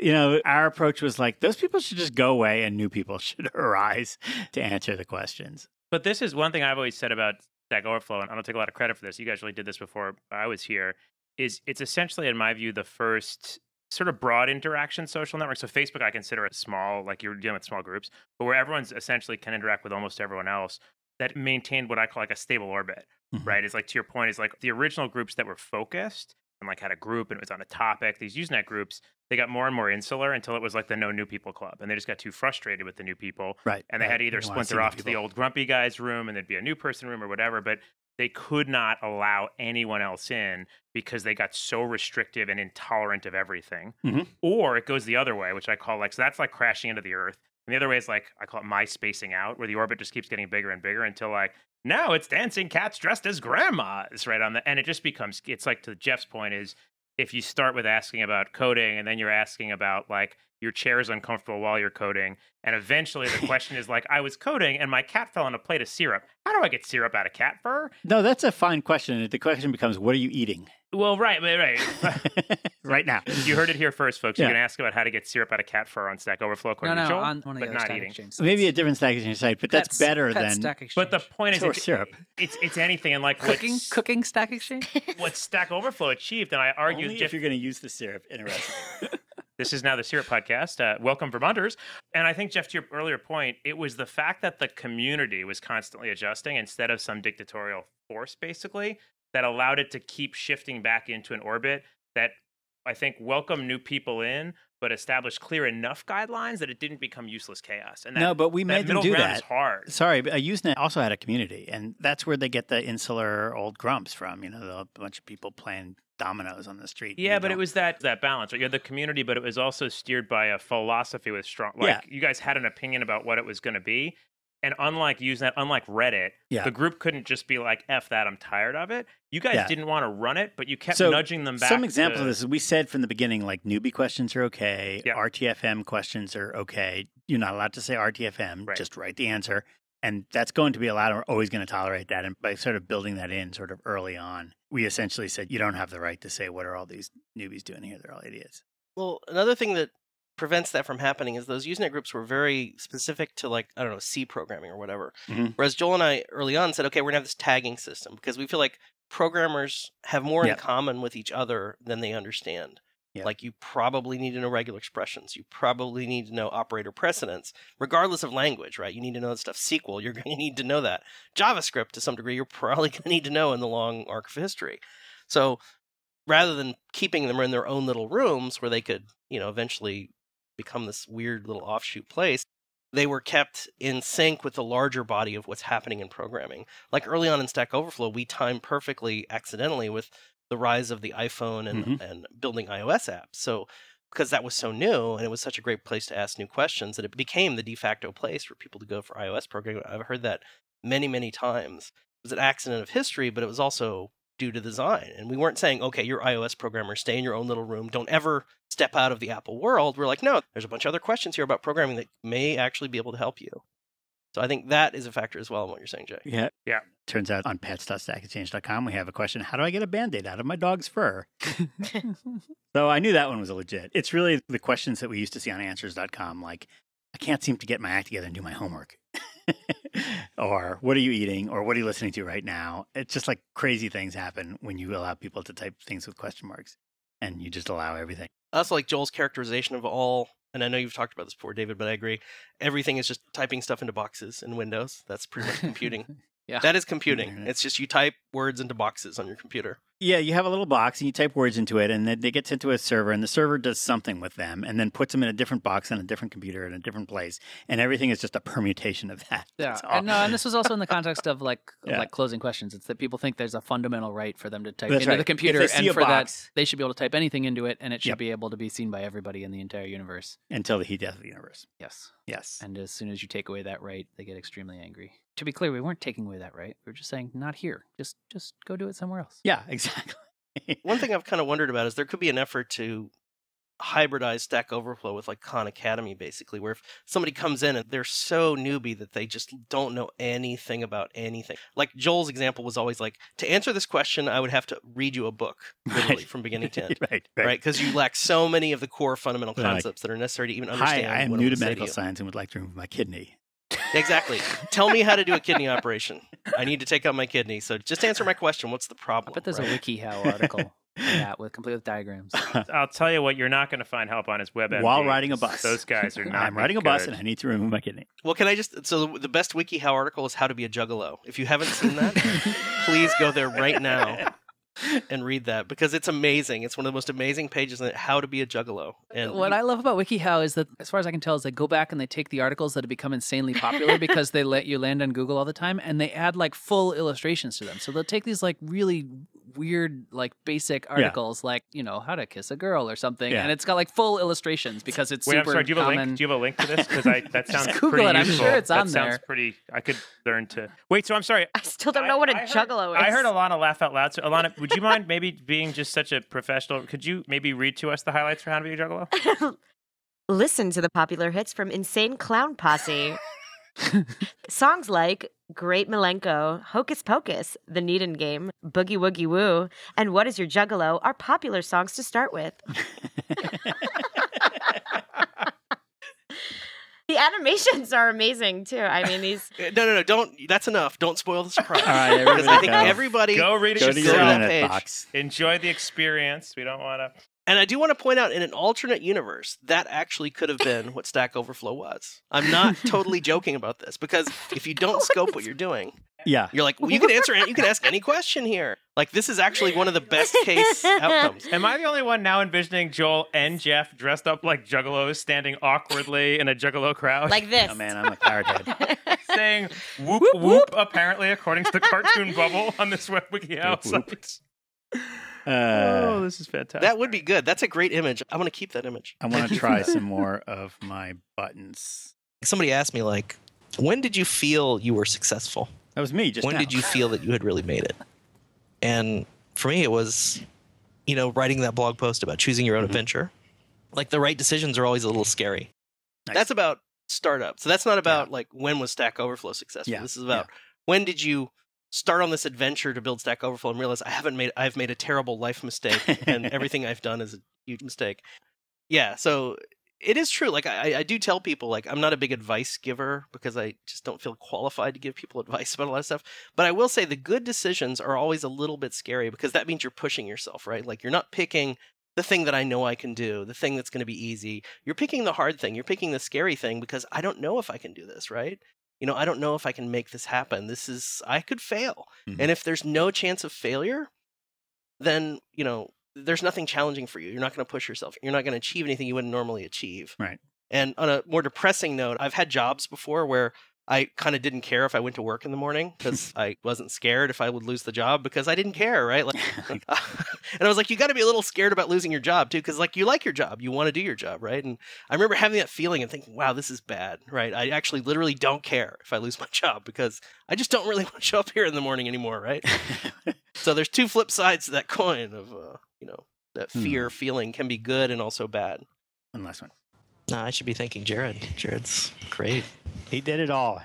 A: you know, our approach was like, those people should just go away and new people should arise to answer the questions.
B: But this is one thing I've always said about Stack Overflow, and I don't take a lot of credit for this. You guys really did this before I was here. Is it's essentially, in my view, the first sort of broad interaction social network. So Facebook, I consider a small, like you're dealing with small groups, but where everyone's essentially can interact with almost everyone else. That maintained what I call like a stable orbit,
A: Mhm.
B: right? It's like to your point, is like the original groups that were focused and like had a group and it was on a topic. These Usenet groups, they got more and more insular until it was like the no new people club, and they just got too frustrated with the new people
A: Right.
B: and they had to either splinter off to the old grumpy guy's room and there'd be a new person room or whatever but they could not allow anyone else in because they got so restrictive and intolerant of everything
A: Mhm.
B: or it goes the other way which i call like so that's like crashing into the earth and the other way is like i call it my spacing out where the orbit just keeps getting bigger and bigger until like now it's dancing cats dressed as grandmas right on the and it just becomes it's like to jeff's point is if you start with asking about coding and then you're asking about like your chair is uncomfortable while you're coding and eventually the question is like i was coding and my cat fell on a plate of syrup how do i get syrup out of cat fur
A: No, that's a fine question. The question becomes, what are you eating
B: well right right right
A: right now?
B: you heard it here first folks
A: Yeah.
B: you can ask about how to get syrup out of cat fur on stack overflow
D: No,
B: according to
D: no,
B: Joel,
D: on one of the
B: but
D: other
B: not
D: stack
B: eating
D: exchanges.
A: Maybe a different stack exchange site, but that's
D: Pets-
A: better
D: Pet
A: than
D: Stack exchange.
B: but the point is
A: Or
B: it's,
A: syrup.
B: it's it's anything and like
D: cooking
B: what's-
D: cooking stack exchange.
B: what stack overflow achieved and i argue
A: Only if
B: Jeff-
A: you're going to use the syrup in a recipe.
B: This is now the Syrup Podcast. Uh, welcome, Vermonters. And I think, Jeff, to your earlier point, it was the fact that the community was constantly adjusting instead of some dictatorial force, basically, that allowed it to keep shifting back into an orbit that I think welcomed new people in, but established clear enough guidelines that it didn't become useless chaos. And that,
A: no, but we
B: that
A: made them
B: middle
A: do
B: ground is
A: that.
B: hard.
A: Sorry, but uh, Usenet also had a community, and that's where they get the insular old grumps from. You know, the- a bunch of people playing dominoes on the street. and
B: Yeah,
A: you
B: but it
A: don't-
B: was that that balance. Right? You had the community, but it was also steered by a philosophy with strong. Like
A: Yeah.
B: you guys had an opinion about what it was going to be, and unlike Usenet, unlike Reddit,
A: Yeah.
B: the group couldn't just be like, "F that, I'm tired of it." You guys
A: Yeah.
B: didn't want to run it, but you kept
A: So,
B: nudging them back.
A: Some example
B: to-
A: of this is we said from the beginning, like newbie questions are okay,
B: Yeah.
A: RTFM questions are okay. You're not allowed to say RTFM,
B: Right.
A: just write the answer. And that's going to be allowed. and We're always going to tolerate that. And by sort of building that in sort of early on, we essentially said, you don't have the right to say, what are all these newbies doing here? They're all idiots.
F: Well, another thing that prevents that from happening is those Usenet groups were very specific to like I don't know C programming or whatever.
A: Mhm.
F: Whereas Joel and I early on said, okay, we're gonna have this tagging system because we feel like programmers have more
A: Yeah.
F: in common with each other than they understand.
A: Yeah.
F: Like you probably need to know regular expressions. You probably need to know operator precedence, regardless of language, right? You need to know that stuff. SQL, you're going to need to know that. JavaScript to some degree, you're probably going to need to know in the long arc of history. So rather than keeping them in their own little rooms where they could, you know, eventually become this weird little offshoot place, they were kept in sync with the larger body of what's happening in programming. Like early on in Stack Overflow, we timed perfectly accidentally with the rise of the iPhone and,
A: Mhm.
F: and building iOS apps. So because that was so new and it was such a great place to ask new questions that it became the de facto place for people to go for iOS programming. I've heard that many, many times. It was an accident of history, but it was also due to design. And we weren't saying, okay, you're iOS programmer, stay in your own little room, don't ever step out of the Apple world. We're like, no, there's a bunch of other questions here about programming that may actually be able to help you. So I think that is a factor as well in what you're saying, Jay.
A: Yeah.
B: Yeah.
A: Turns out on pets.stackexchange.com, we have a question How do I get a band aid out of my dog's fur? so I knew that one was legit. It's really the questions that we used to see on answers.com, like, I can't seem to get my act together and do my homework. or what are you eating? Or what are you listening to right now? It's just like crazy things happen when you allow people to type things with question marks and you just allow everything.
F: also like Joel's characterization of all, and I know you've talked about this before, David, but I agree. Everything is just typing stuff into boxes in Windows. That's pretty much computing.
D: Yeah.
F: That is computing.
A: Internet.
F: It's just you type words into boxes on your computer.
A: Yeah, you have a little box and you type words into it, and then they get sent to a server, and the server does something with them, and then puts them in a different box on a different computer in a different place, and everything is just a permutation of that.
D: Yeah,
A: That's all.
D: and no, and this was also in the context of like of,
A: Yeah.
D: like closing questions. It's that people think there's a fundamental right for them to type
A: That's
D: into
A: right.
D: the
A: If they
D: computer,
A: see a
D: and for
A: box-
D: that they should be able to type anything into it, and it should
A: Yep.
D: be able to be seen by everybody in the entire universe.
A: until the heat death of the universe.
D: Yes,
A: Yes,
D: and as soon as you take away that right, they get extremely angry. To be clear, we weren't taking away that right. We were just saying not here. Just just go do it somewhere else.
A: yeah, exactly.
F: One thing I've kind of wondered about is there could be an effort to hybridized Stack Overflow with like Khan Academy, basically, where if somebody comes in and they're so newbie that they just don't know anything about anything. Like Joel's example was always like, to answer this question, I would have to read you a book literally
A: Right.
F: from beginning to end,
A: right,
F: right? Because you lack so many of the core fundamental
A: Like,
F: concepts that are necessary to even
A: Hi,
F: understand.
A: I am
F: what
A: new
F: I'm
A: to
F: gonna say
A: medical
F: you.
A: science and would like to remove my kidney.
F: Exactly. Tell me how to do a kidney operation. I need to take out my kidney. So just answer my question. What's the problem?
D: I bet there's
F: right?
D: a WikiHow article on that with complete with diagrams.
B: I'll tell you what, you're not going to find help on is WebMD.
A: While riding a bus.
B: Those guys are not.
A: I'm riding a bus
B: good.
A: and I need to remove my kidney.
F: Well, can I just? So the best WikiHow article is how to be a juggalo. If you haven't seen that, please go there right now and read that because it's amazing. It's one of the most amazing pages on how to be a juggalo. And
D: What I love about WikiHow is that, as far as I can tell, is they go back and they take the articles that have become insanely popular because they let you land on Google all the time, and they add like full illustrations to them. So they'll take these like really weird, like basic articles, like you know how to kiss a girl or something,
A: Yeah.
D: and it's got like full illustrations because it's
B: Wait, I'm
D: super
B: sorry. Do you have a
D: common.
B: link? Do you have a link to this? Because I that sounds
D: Google
B: pretty
D: it, I'm
B: useful.
D: sure it's
B: That
D: on
B: sounds
D: there.
B: pretty. I could learn to wait. So I'm sorry.
E: I still don't know what a
B: I- I heard-
E: juggalo is.
B: I heard Alana laugh out loud. So Alana, would you mind maybe being just such a professional? Could you maybe read to us the highlights for How to Be a Juggalo?
E: Listen to the popular hits from Insane Clown Posse. Songs like Great Milenko, Hocus Pocus, The Needin' Game, Boogie Woogie Woo, and What Is Your Juggalo are popular songs to start with. the animations are amazing too. I mean, these
F: no, no, no! Don't. That's enough. Don't spoil the surprise.
A: All right,
F: Because I
A: everybody go.
F: think everybody
B: Go read it
A: Go
F: should
A: to
B: yourself.
A: your
F: go to that
A: internet
F: page.
A: box.
B: Enjoy the experience. We don't want to.
F: And I do want to point out, in an alternate universe, that actually could have been what Stack Overflow was. I'm not totally joking about this because if you don't scope what you're doing,
A: Yeah.
F: you're like, well, you can answer, it. you can ask any question here. Like this is actually one of the best case outcomes.
B: Am I the only one now envisioning Joel and Jeff dressed up like juggalos, standing awkwardly in a juggalo crowd,
E: like this.
A: Oh, man, I'm a pirate head.
B: saying "whoop whoop"? apparently, according to the cartoon bubble on this web wiki
A: Whoop, whoop.
B: site.
A: Uh,
B: oh, this is fantastic.
F: That would be good. That's a great image. I'm going to keep that image.
A: I want to try some more of my buttons.
J: Somebody asked me like, when did you feel you were successful?
A: That was me just
J: when
A: now.
J: did you feel that you had really made it? And for me, it was, you know, writing that blog post about choosing
G: Mm-hmm.
J: your own adventure. Like the right decisions are always a little scary.
A: Nice.
F: That's about startup. So that's not about like when was Stack Overflow successful.
A: Yeah,
F: This is about when did you start on this adventure to build Stack Overflow and realize I haven't made I've made a terrible life mistake and everything I've done is a huge mistake. Yeah, so it is true. Like I, I do tell people, like I'm not a big advice giver because I just don't feel qualified to give people advice about a lot of stuff. But I will say the good decisions are always a little bit scary because that means you're pushing yourself, right? Like you're not picking the thing that I know I can do, the thing that's going to be easy. You're picking the hard thing. You're picking the scary thing because I don't know if I can do this, right? You know, I don't know if I can make this happen. This is I could fail.
A: Mhm.
F: And if there's no chance of failure, then, you know, there's nothing challenging for you. You're not going to push yourself. You're not going to achieve anything you wouldn't normally achieve.
A: Right.
F: And on a more depressing note, I've had jobs before where I kind of didn't care if I went to work in the morning because I wasn't scared if I would lose the job because I didn't care, right? Like, and I was like, you got to be a little scared about losing your job too, because like you like your job, you want to do your job, right? And I remember having that feeling and thinking, wow, this is bad, right? I actually literally don't care if I lose my job because I just don't really want to show up here in the morning anymore, right? so there's two flip sides to that coin of, uh, you know, that
A: Hmm.
F: fear feeling can be good and also bad.
A: One last one.
J: No, I should be thanking Jared. Jared's great.
A: He did it all.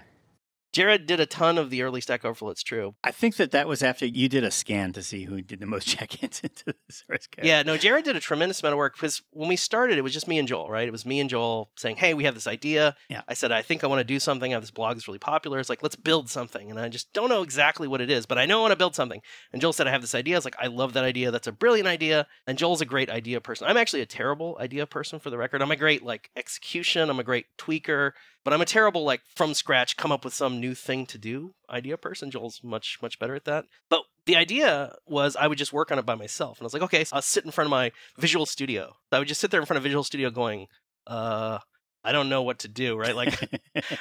F: Jared did a ton of the early Stack Overflow. It's true.
A: I think that that was after you did a scan to see who did the most check-ins into the source code.
F: Yeah, no, Jared did a tremendous amount of work because when we started, it was just me and Joel, right? It was me and Joel saying, "Hey, we have this idea."
A: Yeah.
F: I said, "I think I want to do something. I have this blog that's really popular. It's like let's build something." And I just don't know exactly what it is, but I know I want to build something. And Joel said, "I have this idea." I was like, "I love that idea. That's a brilliant idea." And Joel's a great idea person. I'm actually a terrible idea person, for the record. I'm a great like execution. I'm a great tweaker, but I'm a terrible like from scratch come up with some new thing to do idea person. Joel's much much better at that. But the idea was I would just work on it by myself. And I was like, okay, so I'll sit in front of my Visual Studio. I would just sit there in front of Visual Studio going, uh, I don't know what to do, right? Like,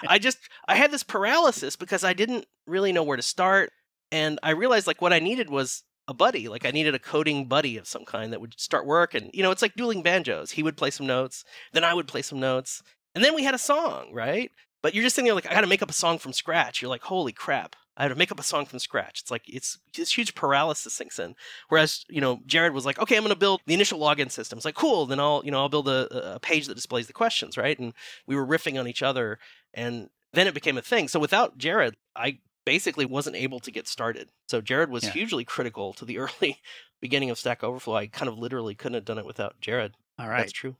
F: I just, I had this paralysis because I didn't really know where to start. And I realized like what I needed was a buddy. Like, I needed a coding buddy of some kind that would start work. And, you know, it's like dueling banjos. He would play some notes, then I would play some notes. And then we had a song, right? But you're just sitting there like, I got to make up a song from scratch. You're like, holy crap. I had to make up a song from scratch. It's like it's this huge paralysis sinks in. Whereas you know Jared was like, okay, I'm going to build the initial login system. It's like cool. Then I'll you know I'll build a, a page that displays the questions, right? And we were riffing on each other, and then it became a thing. So without Jared, I basically wasn't able to get started. So Jared was
A: Yeah.
F: hugely critical to the early beginning of Stack Overflow. I kind of literally couldn't have done it without Jared.
A: All right.
F: That's true.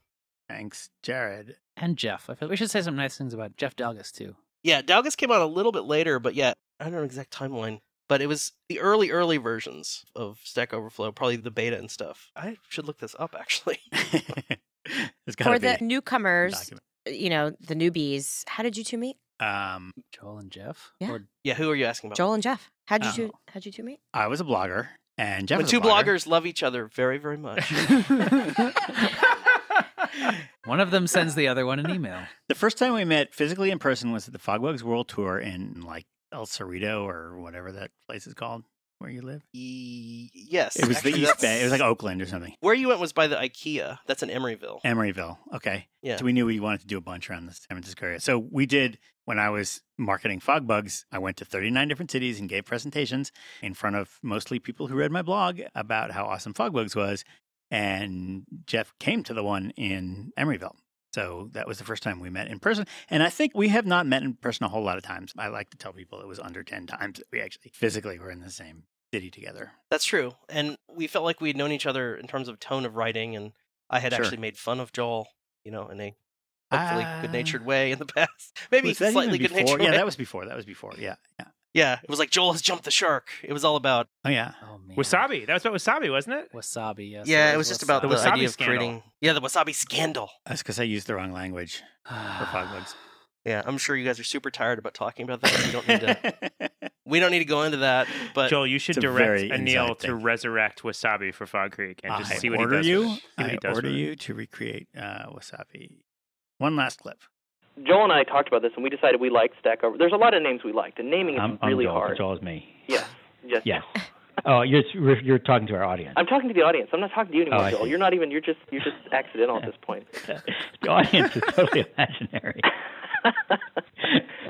A: Thanks, Jared.
D: And Jeff. I feel we should say some nice things about Jeff Dalgas too.
F: Yeah, Dalgas came out a little bit later, but yeah, I don't know exact timeline. But it was the early, early versions of Stack Overflow, probably the beta and stuff. I should look this up actually.
A: There's gotta
E: For the
A: be a
E: newcomers,
A: document.
E: you know, the newbies, how did you two meet?
A: Um,
D: Joel and Jeff.
E: Yeah.
D: Or
F: Yeah, who are you asking about?
E: Joel and Jeff. How'd you
A: Oh.
E: two how'd you two meet?
A: I was a blogger, and Jeff
F: When
A: was
F: two
A: a blogger.
F: bloggers love each other very, very much.
D: one of them sends the other one an email.
A: The first time we met physically in person was at the Fogbugs World Tour in like El Cerrito or whatever that place is called where you live.
F: E- yes,
A: It was
F: actually,
A: the East
F: that's-
A: Bay. It was like Oakland or something.
F: where you went was by the IKEA. That's in Emeryville.
A: Emeryville. Okay.
F: Yeah.
A: So we knew we wanted to do a bunch around the San Francisco area. So we did, when I was marketing Fogbugs, I went to 39 different cities and gave presentations in front of mostly people who read my blog about how awesome Fogbugs was. And Jeff came to the one in Emeryville. So that was the first time we met in person. And I think we have not met in person a whole lot of times. I like to tell people it was under 10 times that we actually physically were in the same city together.
F: That's true. And we felt like we had known each other in terms of tone of writing, and I had
A: Sure.
F: actually made fun of Joel, you know, in a hopefully good-natured way in the past. Maybe
A: Was that even
F: slightly
A: before?
F: good-natured.
A: Yeah,
F: way.
A: that was before. That was before. Yeah. Yeah.
F: Yeah, it was like Joel has jumped the shark. It was all about.
A: Oh, yeah.
D: Oh man.
B: Wasabi. That was about wasabi, wasn't it?
D: Wasabi. Yes.
F: yeah, it was
D: uh,
F: just about the,
B: The wasabi
F: idea of
B: scandal.
F: creating. Yeah, the wasabi scandal.
A: That's because I used the wrong language for Fogbugs.
F: Yeah, I'm sure you guys are super tired about talking about that. We don't need
B: uh,
F: to. we don't need to go into that. But
B: Joel, you should
A: Uh, It's a
B: direct
A: very
B: Anil
A: inside
B: to
A: thing.
B: resurrect wasabi for Fog Creek and just
A: I
B: see what
A: order
B: he does.
A: you.
B: with it. See what
A: I
B: he does
A: order
B: with it.
A: you to recreate uh, wasabi. One last clip.
H: Joel and I talked about this, and we decided we liked Stack Over. There's a lot of names we liked, and naming is
G: I'm, I'm
H: really
G: Joel.
H: hard.
G: Joel is me.
H: Yes, yes.
G: Yes. Oh, you're you're- you're talking to our audience.
H: I'm talking to the audience. I'm not talking to you
G: Oh,
H: anymore,
G: I
H: Joel.
G: see.
H: You're not even. You're just. You're just accidental at this point.
G: the audience is totally imaginary.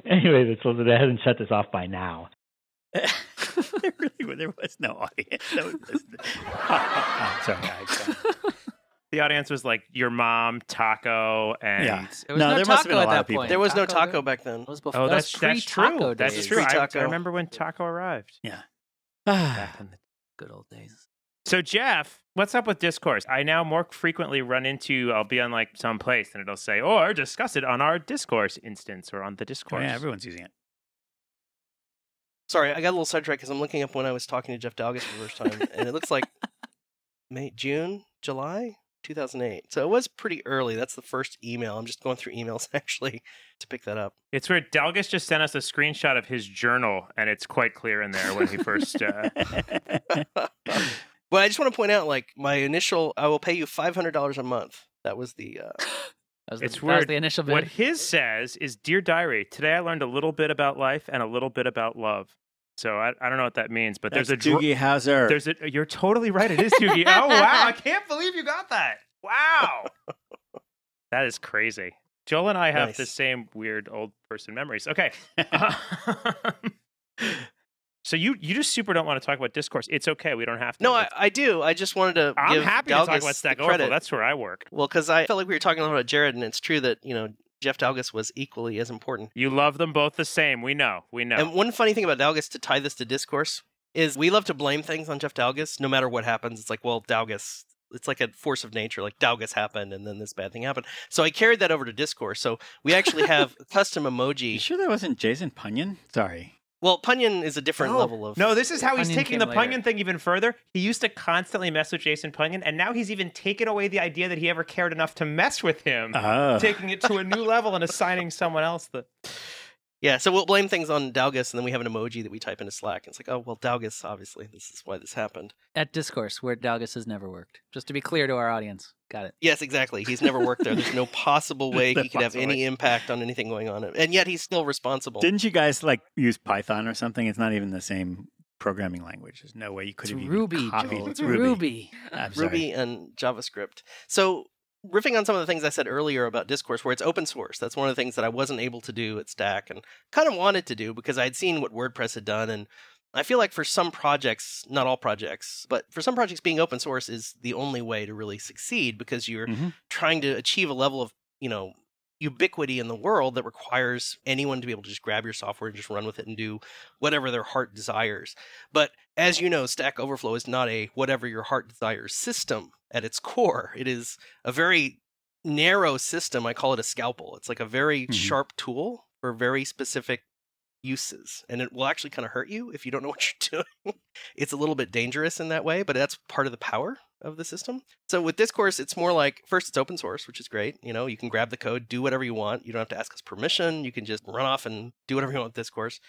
G: anyway, this was, that hasn't shut this off by now.
A: there really there was no audience. That was just- I'm sorry. I,
B: The audience was like your mom, Taco, and
A: yeah.
D: There was
A: no,
D: no
A: there must have
D: taco
A: been a
D: at
A: lot
D: that
A: of people.
D: point.
F: there was no
D: Taco
F: taco
D: Bell.
F: back then.
D: That was before.
B: Oh,
D: that was
B: that's that's
D: pre-taco
B: true. That's
D: days.
B: true. I,
F: Pre-taco.
B: I remember when Taco arrived.
A: Ah,
D: Good old days.
B: So Jeff, what's up with discourse? I now more frequently run into I'll be on like some place and it'll say or discuss it on our discourse instance or on the discourse.
A: Oh, yeah, everyone's using it.
F: Sorry, I got a little sidetracked because I'm looking up when I was talking to Jeff Dalgas for the first time, and it looks like May, June, July, 2008. So it was pretty early. That's the first email. I'm just going through emails actually to pick that up.
B: It's where Dalgas just sent us a screenshot of his journal and it's quite clear in there when he first uh,
F: but I just want to point out, like my initial, I will pay you five hundred dollars a month. That was the uh,
D: That was the,
B: It's
D: that was
B: weird.
D: the initial bit.
B: What his says is Dear Diary, today I learned a little bit about life and a little bit about love. So I, I don't know what that means, but
A: That's
B: there's a dr-
A: Doogie Howser.
B: there's a you're totally right. It is Doogie. oh wow, I can't believe you got that. Wow. that is crazy. Joel and I have the
F: Nice.
B: same weird old person memories. Okay. Um, so you you just super don't want to talk about discourse. It's okay. We don't have to.
F: no, I, I do. I just wanted to.
B: am
F: give
B: happy to
F: Dalgas
B: talk about Stack
F: the
B: Overflow.
F: credit.
B: That's where I work.
F: Well, because I felt like we were talking a lot about Jared, and it's true that you know Jeff Dalgas was equally as important.
B: You love them both the same. We know. We know.
F: And one funny thing about Dalgas to tie this to discourse is we love to blame things on Jeff Dalgas, no matter what happens. It's like, well, Dalgas. It's like a force of nature. Like Dalgas happened, and then this bad thing happened. So I carried that over to discourse. So we actually have a custom
A: you
F: emoji.
A: sure that wasn't Jason Punyon? Sorry.
F: Well, Punyon is a different
B: No.
F: level of
B: No, this is how he's
D: Punyan came
B: taking the
D: later.
B: Punyan thing even further. He used to constantly mess with Jason Punyan, and now he's even taken away the idea that he ever cared enough to mess with him,
A: Oh.
B: taking it to a new level and assigning someone else the.
F: Yeah, so we'll blame things on Dalgas, and then we have an emoji that we type into Slack. And it's like, oh, well, Dalgas, obviously, this is why this happened.
D: At Discourse, where Dalgas has never worked. Just to be clear to our audience. Got it.
F: Yes, exactly. He's never worked there. There's no possible way
A: No
F: he could have
A: possible
F: any impact on anything going on. And yet he's still responsible.
A: Didn't you guys like use Python or something? It's not even the same programming language. There's no way you could
D: It's
A: have even
D: Ruby,
A: copied.
D: Joel.
A: It's
D: Ruby.
A: I'm sorry.
F: Ruby and JavaScript. So riffing on some of the things I said earlier about discourse, where it's open source, that's one of the things that I wasn't able to do at Stack and kind of wanted to do because I had seen what WordPress had done. And I feel like for some projects, not all projects, but for some projects, being open source is the only way to really succeed because you're
A: Mhm.
F: trying to achieve a level of, you know, ubiquity in the world that requires anyone to be able to just grab your software and just run with it and do whatever their heart desires. But as you know, Stack Overflow is not a whatever your heart desires system at its core. It is a very narrow system. I call it a scalpel. It's like a very
A: Mhm.
F: sharp tool for very specific uses. And it will actually kind of hurt you if you don't know what you're doing. it's a little bit dangerous in that way, but that's part of the power of the system. So with Discourse, it's more like first it's open source, which is great. You know, you can grab the code, do whatever you want. You don't have to ask us permission. You can just run off and do whatever you want with Discourse.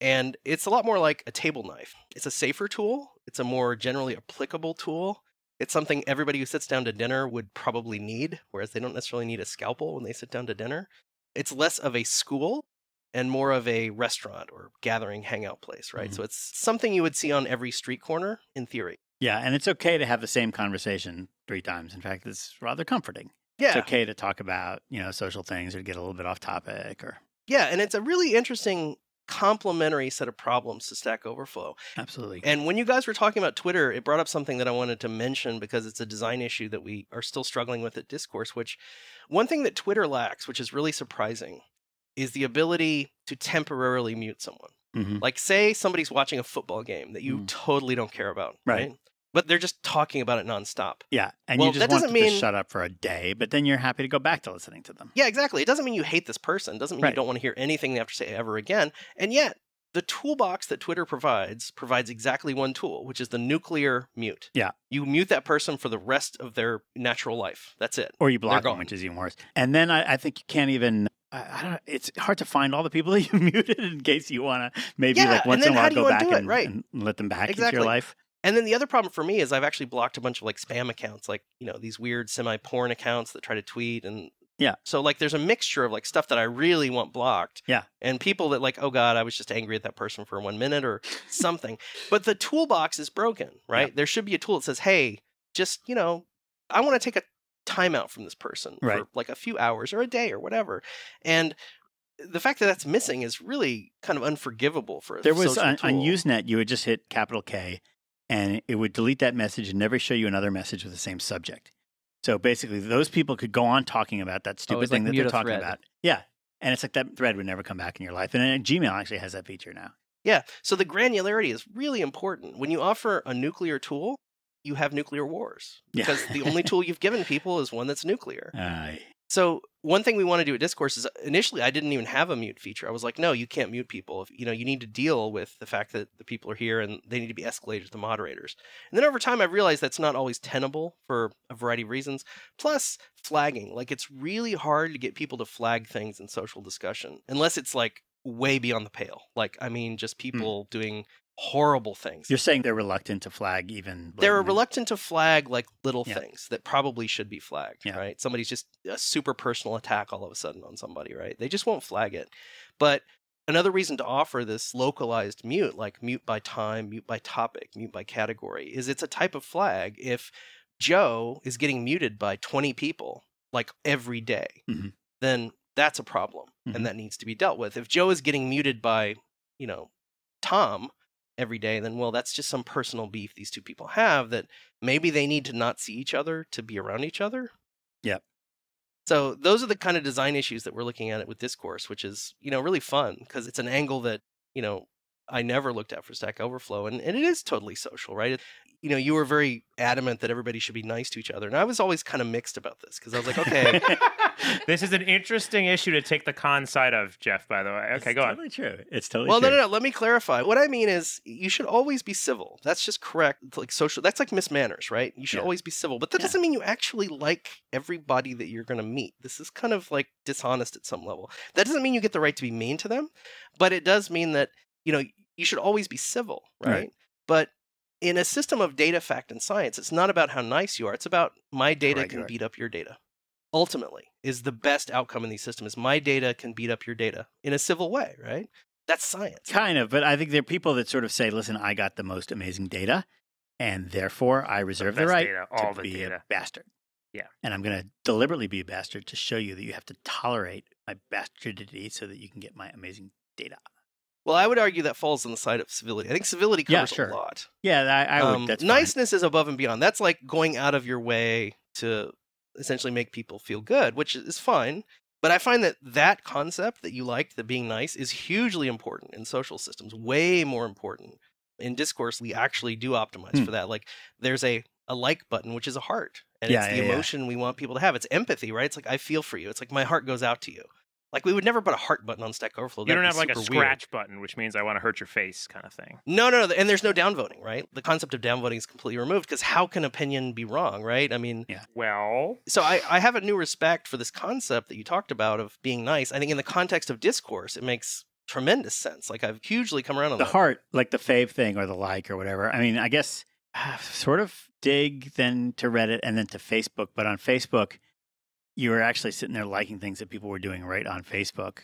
F: And it's a lot more like a table knife. It's a safer tool. It's a more generally applicable tool. It's something everybody who sits down to dinner would probably need, whereas they don't necessarily need a scalpel when they sit down to dinner. It's less of a school and more of a restaurant or gathering hangout place, right?
A: Mhm.
F: So it's something you would see on every street corner in theory.
A: Yeah, and it's okay to have the same conversation three times. In fact, it's rather comforting.
F: Yeah.
A: It's okay to talk about, you know, social things or get a little bit off topic or
F: Yeah. And it's a really interesting complementary set of problems to Stack Overflow.
A: absolutely.
F: And when you guys were talking about Twitter, it brought up something that I wanted to mention because it's a design issue that we are still struggling with at Discourse, which one thing that Twitter lacks, which is really surprising, is the ability to temporarily mute someone.
A: Mhm.
F: Like say somebody's watching a football game that you
A: Mm.
F: totally don't care about,
A: Right.
F: right? But they're just talking about it nonstop.
A: Yeah, and
F: Well,
A: you just
F: that
A: want
F: doesn't
A: them to
F: mean-
A: shut up for a day, but then you're happy to go back to listening to them.
F: Yeah, exactly. It doesn't mean you hate this person. It doesn't mean
A: Right.
F: you don't want to hear anything they have to say ever again. And yet, the toolbox that Twitter provides provides exactly one tool, which is the nuclear mute.
A: Yeah.
F: You mute that person for the rest of their natural life. That's it.
A: Or you block them,
F: gone.
A: which is even worse. And then I, I think you can't even. I, I don't. It's hard to find all the people that you muted in case you want to maybe
F: Yeah,
A: like
F: and
A: once
F: then
A: in a
F: how
A: while
F: do you
A: go back
F: undo it?
A: and,
F: Right.
A: and let them back into
F: Exactly.
A: your life.
F: And then the other problem for me is I've actually blocked a bunch of like spam accounts, like, you know, these weird semi porn accounts that try to tweet and
A: Yeah.
F: So like there's a mixture of like stuff that I really want blocked.
A: Yeah.
F: And people that like, oh God, I was just angry at that person for one minute or something. but the toolbox is broken, right? There should be a tool that says, hey, just, you know, I want to take a timeout from this person
A: Right.
F: for like a few hours or a day or whatever. And the fact that that's missing is really kind of unforgivable for a
A: There was
F: social
A: on, on
F: tool.
A: Usenet, you would just hit capital K, and it would delete that message and never show you another message with the same subject. So basically, those people could go on talking
F: Oh,
A: about that stupid
D: it's
A: thing
D: like
A: that they're
D: mute a
A: talking
D: thread.
A: about. Yeah, and it's like that thread would never come back in your life. And, and Gmail actually has that feature now.
F: Yeah. So the granularity is really important. When you offer a nuclear tool, you have nuclear wars
A: Yeah.
F: because the only tool you've given people is one that's nuclear.
A: Uh,
F: So one thing we want to do at Discourse is initially I didn't even have a mute feature. I was like, no, you can't mute people. If, you know, you need to deal with the fact that the people are here and they need to be escalated to the moderators. And then over time, I realized that's not always tenable for a variety of reasons. Plus, flagging. Like it's really hard to get people to flag things in social discussion unless it's like way beyond the pale. Like I mean, just people doing horrible things.
A: you're saying they're reluctant to flag even.
F: They're
A: blatantly?
F: reluctant to flag like little
A: Yeah.
F: things that probably should be flagged,
A: Yeah.
F: right? Somebody's just a super personal attack all of a sudden on somebody, right? They just won't flag it. But another reason to offer this localized mute, like mute by time, mute by topic, mute by category, is it's a type of flag if Joe is getting muted by 20 people like every day,
A: Mhm.
F: then that's a problem
A: Mhm.
F: and that needs to be dealt with. If Joe is getting muted by, you know, Tom every day, then well, that's just some personal beef these two people have that maybe they need to not see each other to be around each other.
A: Yep.
F: So those are the kind of design issues that we're looking at it with Discourse, which is, you know, really fun because it's an angle that, you know, I never looked at for Stack Overflow and, and it is totally social, right? It, you know, you were very adamant that everybody should be nice to each other. And I was always kind of mixed about this because I was like, okay,
B: this is an interesting issue to take the con side of, Jeff, by the way. Okay,
A: it's
B: go on.
A: totally true. It's totally
F: well,
A: true.
F: no, no, no. Let me clarify. What I mean is, you should always be civil. That's just correct. It's Like social. That's like mismanners, right? You should
A: Yeah.
F: always be civil, but that
A: Yeah.
F: doesn't mean you actually like everybody that you're going to meet. This is kind of like dishonest at some level. That doesn't mean you get the right to be mean to them, but it does mean that you know you should always be civil,
A: Right.
F: right? But in a system of data, fact, and science, it's not about how nice you are. It's about my data
A: Correct,
F: can
A: correct.
F: beat up your data. Ultimately, is the best outcome in these systems. My data can beat up your data in a civil way, right? That's science.
A: Kind of, but I think there are people that sort of say, "Listen, I got the most amazing data, and therefore I reserve the
B: best
A: right
B: data,
A: to
B: all the
A: be
B: data."
A: a bastard."
B: Yeah.
A: And I'm going to deliberately be a bastard to show you that you have to tolerate my bastardity so that you can get my amazing data.
F: Well, I would argue that falls on the side of civility. I think civility
A: Yeah,
F: covers
A: sure.
F: a lot.
A: Yeah, I, I would.
F: Um,
A: that's fine.
F: niceness is above and beyond. That's like going out of your way to essentially make people feel good, which is fine. But I find that that concept that you liked, that being nice, is hugely important in social systems. Way more important in discourse. We actually do optimize
A: Hmm.
F: for that. Like there's a a like button, which is a heart, and
A: Yeah,
F: it's
A: yeah,
F: the
A: yeah.
F: emotion we want people to have. It's empathy, right? It's like I feel for you. It's like my heart goes out to you. Like we would never put a heart button on Stack Overflow.
B: you
F: That'd
B: don't
F: be
B: have like a
F: super weird.
B: scratch button, which means I want to hurt your face kind of thing.
F: No, no, no. And there's no downvoting, right? The concept of downvoting is completely removed because how can opinion be wrong, right? I mean,
B: Well,
F: so I, I have a new respect for this concept that you talked about of being nice. I think in the context of discourse, it makes tremendous sense. Like I've hugely come around on
A: the
F: that.
A: heart, like the fave thing or the like or whatever. I mean, I guess ah, sort of dig then to Reddit and then to Facebook. But on Facebook, you were actually sitting there liking things that people were doing right on Facebook.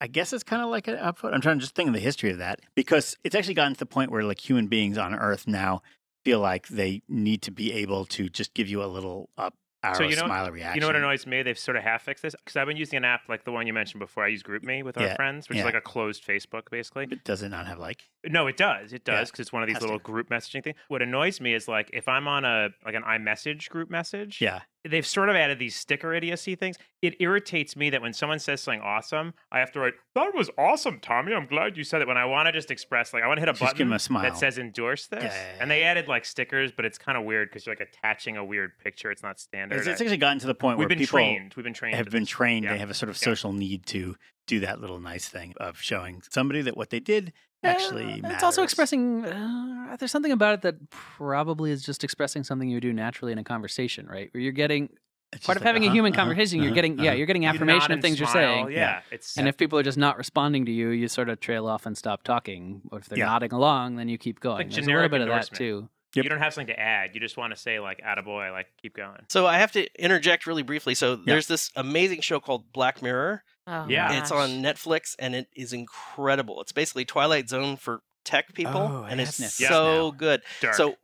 A: I guess it's kind of like an upvote. I'm trying to just think of the history of that because it's actually gotten to the point where like human beings on Earth now feel like they need to be able to just give you a little up arrow
B: you know-
A: smile reaction.
B: you know what annoys me? They've sort of half fixed this because I've been using an app like the one you mentioned before. I use GroupMe with our
A: Yeah,
B: friends, which
A: yeah.
B: is like a closed Facebook basically.
A: But does it not have like?
B: No, it does. It
A: Yeah,
B: does because it's one of these
A: has
B: little
A: to.
B: group messaging thing. What annoys me is like if I'm on a like an iMessage group message,
A: Yeah.
B: they've sort of added these sticker idiocy things. It irritates me that when someone says something awesome, I have to write, "That was awesome, Tommy. I'm glad you said it." When I want to just express, like, I want to hit a
A: Just
B: button
A: give 'em a smile.
B: that says "endorse this,"
A: Yeah, yeah, yeah.
B: and they added like stickers, but it's kind of weird because you're like attaching a weird picture. It's not standard.
A: It's, it's
B: I-
A: actually gotten to the point
B: We've
A: where
B: been
A: people
B: trained. We've been trained.
A: have
B: to
A: been
B: this.
A: trained.
B: Yeah.
A: They have a sort of
B: Yeah.
A: social need to do that little nice thing of showing somebody that what they did
D: Uh,
A: actually matters.
D: it's also expressing. Uh, there's something about it that probably is just expressing something you do naturally in a conversation, right? Where you're getting
A: It's just
D: part of
A: like,
D: having a
A: uh-huh,
D: human
A: uh-huh,
D: conversation. you're
A: uh-huh,
D: getting yeah,
A: uh-huh.
D: you're getting
B: You nod
D: affirmation of
B: and
D: things
B: smile,
D: you're saying.
B: Yeah, it's
D: And if people are just not responding to you, you sort of trail off and stop talking. Or if they're
A: Yeah.
D: nodding along, then you keep going. There's a little
B: generic
D: bit of that
B: endorsement.
D: too.
A: Yep.
B: you don't have something to add. You just want to say like, "Attaboy," like keep going.
F: So I have to interject really briefly. So there's this amazing show called Black Mirror.
E: Oh,
B: Yeah.
E: my
F: It's
E: gosh.
F: on Netflix and it is incredible. It's basically Twilight Zone for tech people
A: Oh, I
F: and
A: have
F: it's
A: Netflix
F: so
A: now.
F: good.
B: Dark.
F: So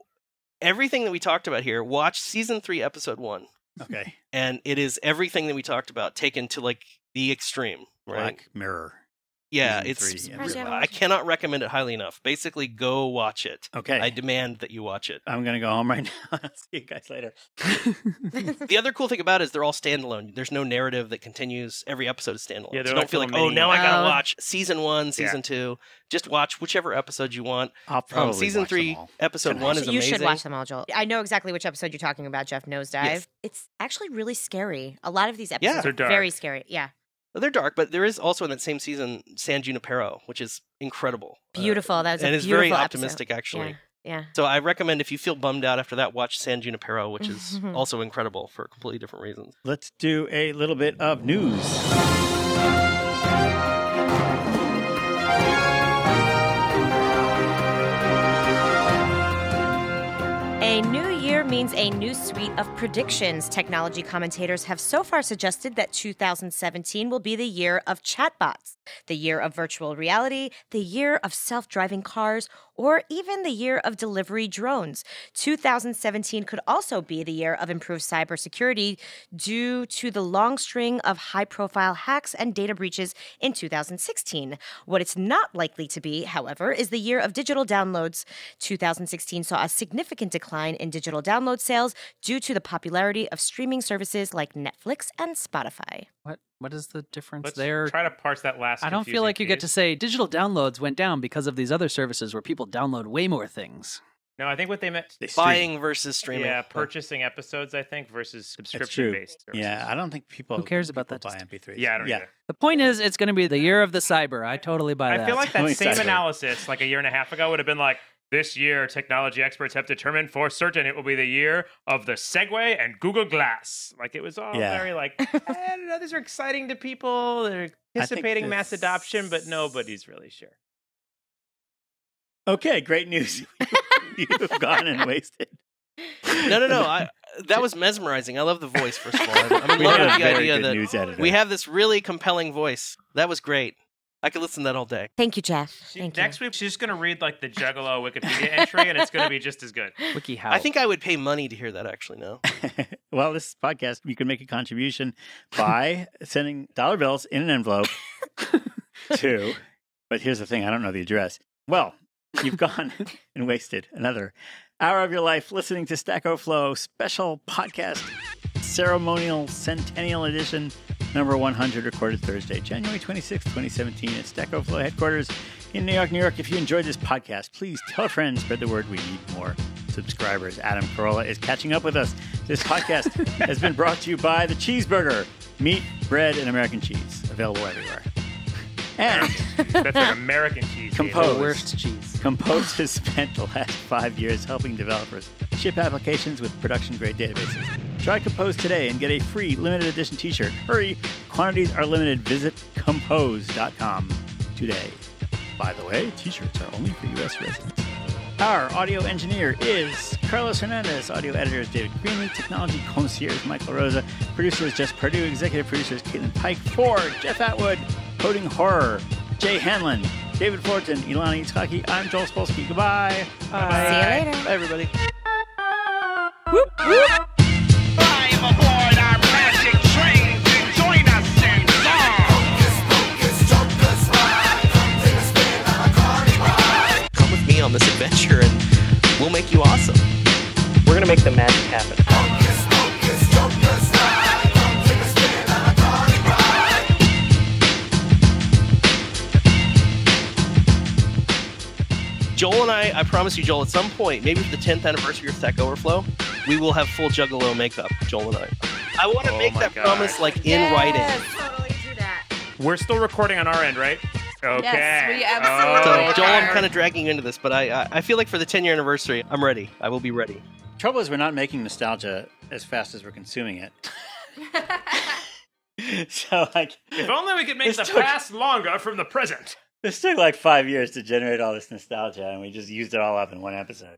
F: everything that we talked about here, watch season 3 episode 1.
A: Okay.
F: and it is everything that we talked about taken to like the extreme right
A: Black Mirror.
F: yeah
A: Season
F: it's
A: three,
E: Surprised you haven't
A: everybody.
F: i cannot recommend it highly enough basically go watch it
A: Okay.
F: i demand that you watch it
A: I'm gonna go home right now. See you guys later.
F: the other cool thing about it is they're all standalone there's no narrative that continues every episode is standalone
B: Yeah,
F: so
B: they're
F: don't
B: like
F: feel like
B: little
F: oh
B: mini-
F: now i gotta
E: Oh.
F: watch season one season two just watch whichever episode you want
A: I'll
F: um,
A: probably
F: season
A: watch them
F: three
A: all.
F: episode
A: Tonight.
F: one is
E: you
F: amazing
E: should watch them all, Joel. I know exactly which episode you're talking about, Jeff Nosedive.
F: Yes.
E: It's actually really scary. A lot of these
F: Yeah.
E: episodes
B: They're
E: are
B: dark.
E: very scary. Yeah.
F: they're dark but there is also in that same season san junipero which is incredible Uh,
E: Beautiful. That was a
F: and it's
E: beautiful
F: very
E: episode.
F: optimistic actually
E: Yeah.
F: So I recommend if you feel bummed out after that, watch San Junipero, which is also incredible for completely different reasons.
A: Let's do a little bit of news.
E: A new year means a new suite of predictions. Technology commentators have so far suggested that 2017 will be the year of chatbots, the year of virtual reality, the year of self driving cars, or even the year of delivery drones. 2017 could also be the year of improved cybersecurity due to the long string of high profile hacks and data breaches in 2016. What it's not likely to be, however, is the year of digital downloads. 2016 saw a significant decline in digital download sales due to the popularity of streaming services like Netflix and Spotify.
D: What what is the difference
B: Let's
D: there?
B: try to parse that last.
D: I don't feel
B: confusing
D: like you get to
B: piece.
D: say digital downloads went down because of these other services where people download way more things.
B: No, I think what they meant.
A: They stream-
F: Buying versus streaming.
B: Yeah, purchasing episodes, I think, versus
A: That's true.
B: subscription based.
A: Yeah, I don't think people.
D: Who cares about
A: people
D: that
A: Buy MP3s.
B: Yeah, I don't
A: yeah.
B: either.
D: The point is, it's going to be the year of the cyber. I totally buy that.
B: I feel like
A: Only
B: that same
A: cyber.
B: analysis, like a year and a half ago, would have been like, this year, technology experts have determined for certain it will be the year of the Segway and Google Glass. Like, it was all
A: Yeah.
B: very, like, I don't know, these are exciting to people. They're anticipating mass
A: this-
B: adoption, but nobody's really sure.
A: Okay, great news. You've gone and wasted.
F: No, no, no. I, that was mesmerizing. I love the voice, first of all. I'm
A: We had
F: loving
A: a
F: the
A: very
F: idea
A: good
F: that
A: news editor.
F: we have this really compelling voice. That was great. I could listen to that all day.
E: Thank you, Jeff.
B: She-
E: Thank
B: next week, she's just going to read like the Juggalo Wikipedia entry, and it's going to be just as good.
D: Wiki how?
F: I think I would pay money to hear that actually now.
A: well, this podcast, you can make a contribution by sending dollar bills in an envelope to, but here's the thing I don't know the address. Well, you've gone and wasted another hour of your life listening to Stack Overflow special podcast, ceremonial centennial edition, number 100, recorded Thursday, January 26, 2017, at Stack Overflow headquarters in New York, New York. If you enjoyed this podcast, please tell a friend, spread the word. We need more subscribers. Adam Carolla is catching up with us. This podcast has been brought to you by The Cheeseburger, meat, bread, and American cheese, available everywhere. And
B: That's like American cheese. David.
A: Compose.
D: the worst cheese.
A: Compose has spent the last five years helping developers ship applications with production grade databases. Try Compose today and get a free limited edition t shirt. Hurry, quantities are limited. Visit compose.com today. By the way, t shirts are only for U.S. residents. Our audio engineer is Carlos Hernandez. Audio editor is David Greenlee. Technology concierge Michael Rosa. Producer is Jess Purdue. Executive producer is Caitlin Pike. For Jeff Atwood, coding horror, Jay Hanlon, David Fortin, Ilana Itzhaki. I'm Joel Spolsky. Goodbye.
E: you. See you later.
F: Bye everybody.
C: Climb aboard our magic train to join us in song.
J: Come with me on this adventure and we'll make you awesome.
H: We're going to make the magic happen.
F: Joel and I, I promise you, Joel, at some point, maybe for the 10th anniversary of Tech Overflow, we will have full Juggalo makeup, Joel and I. I want to
B: Oh
F: make
B: my
F: that
B: God.
F: promise like in writing.
K: Totally do that.
B: We're still recording on our end, right? Okay.
K: we
F: So,
K: absolutely
B: Oh,
F: Joel, I'm kind of dragging you into this, but I, I, I feel like for the 10 year anniversary, I'm ready. I will be ready.
A: Trouble is, we're not making nostalgia as fast as we're consuming it. so, like,
B: If only we could make
A: This
B: the
A: took-
B: past longer from the present.
A: this took like five years to generate all this nostalgia, and we just used it all up in one episode.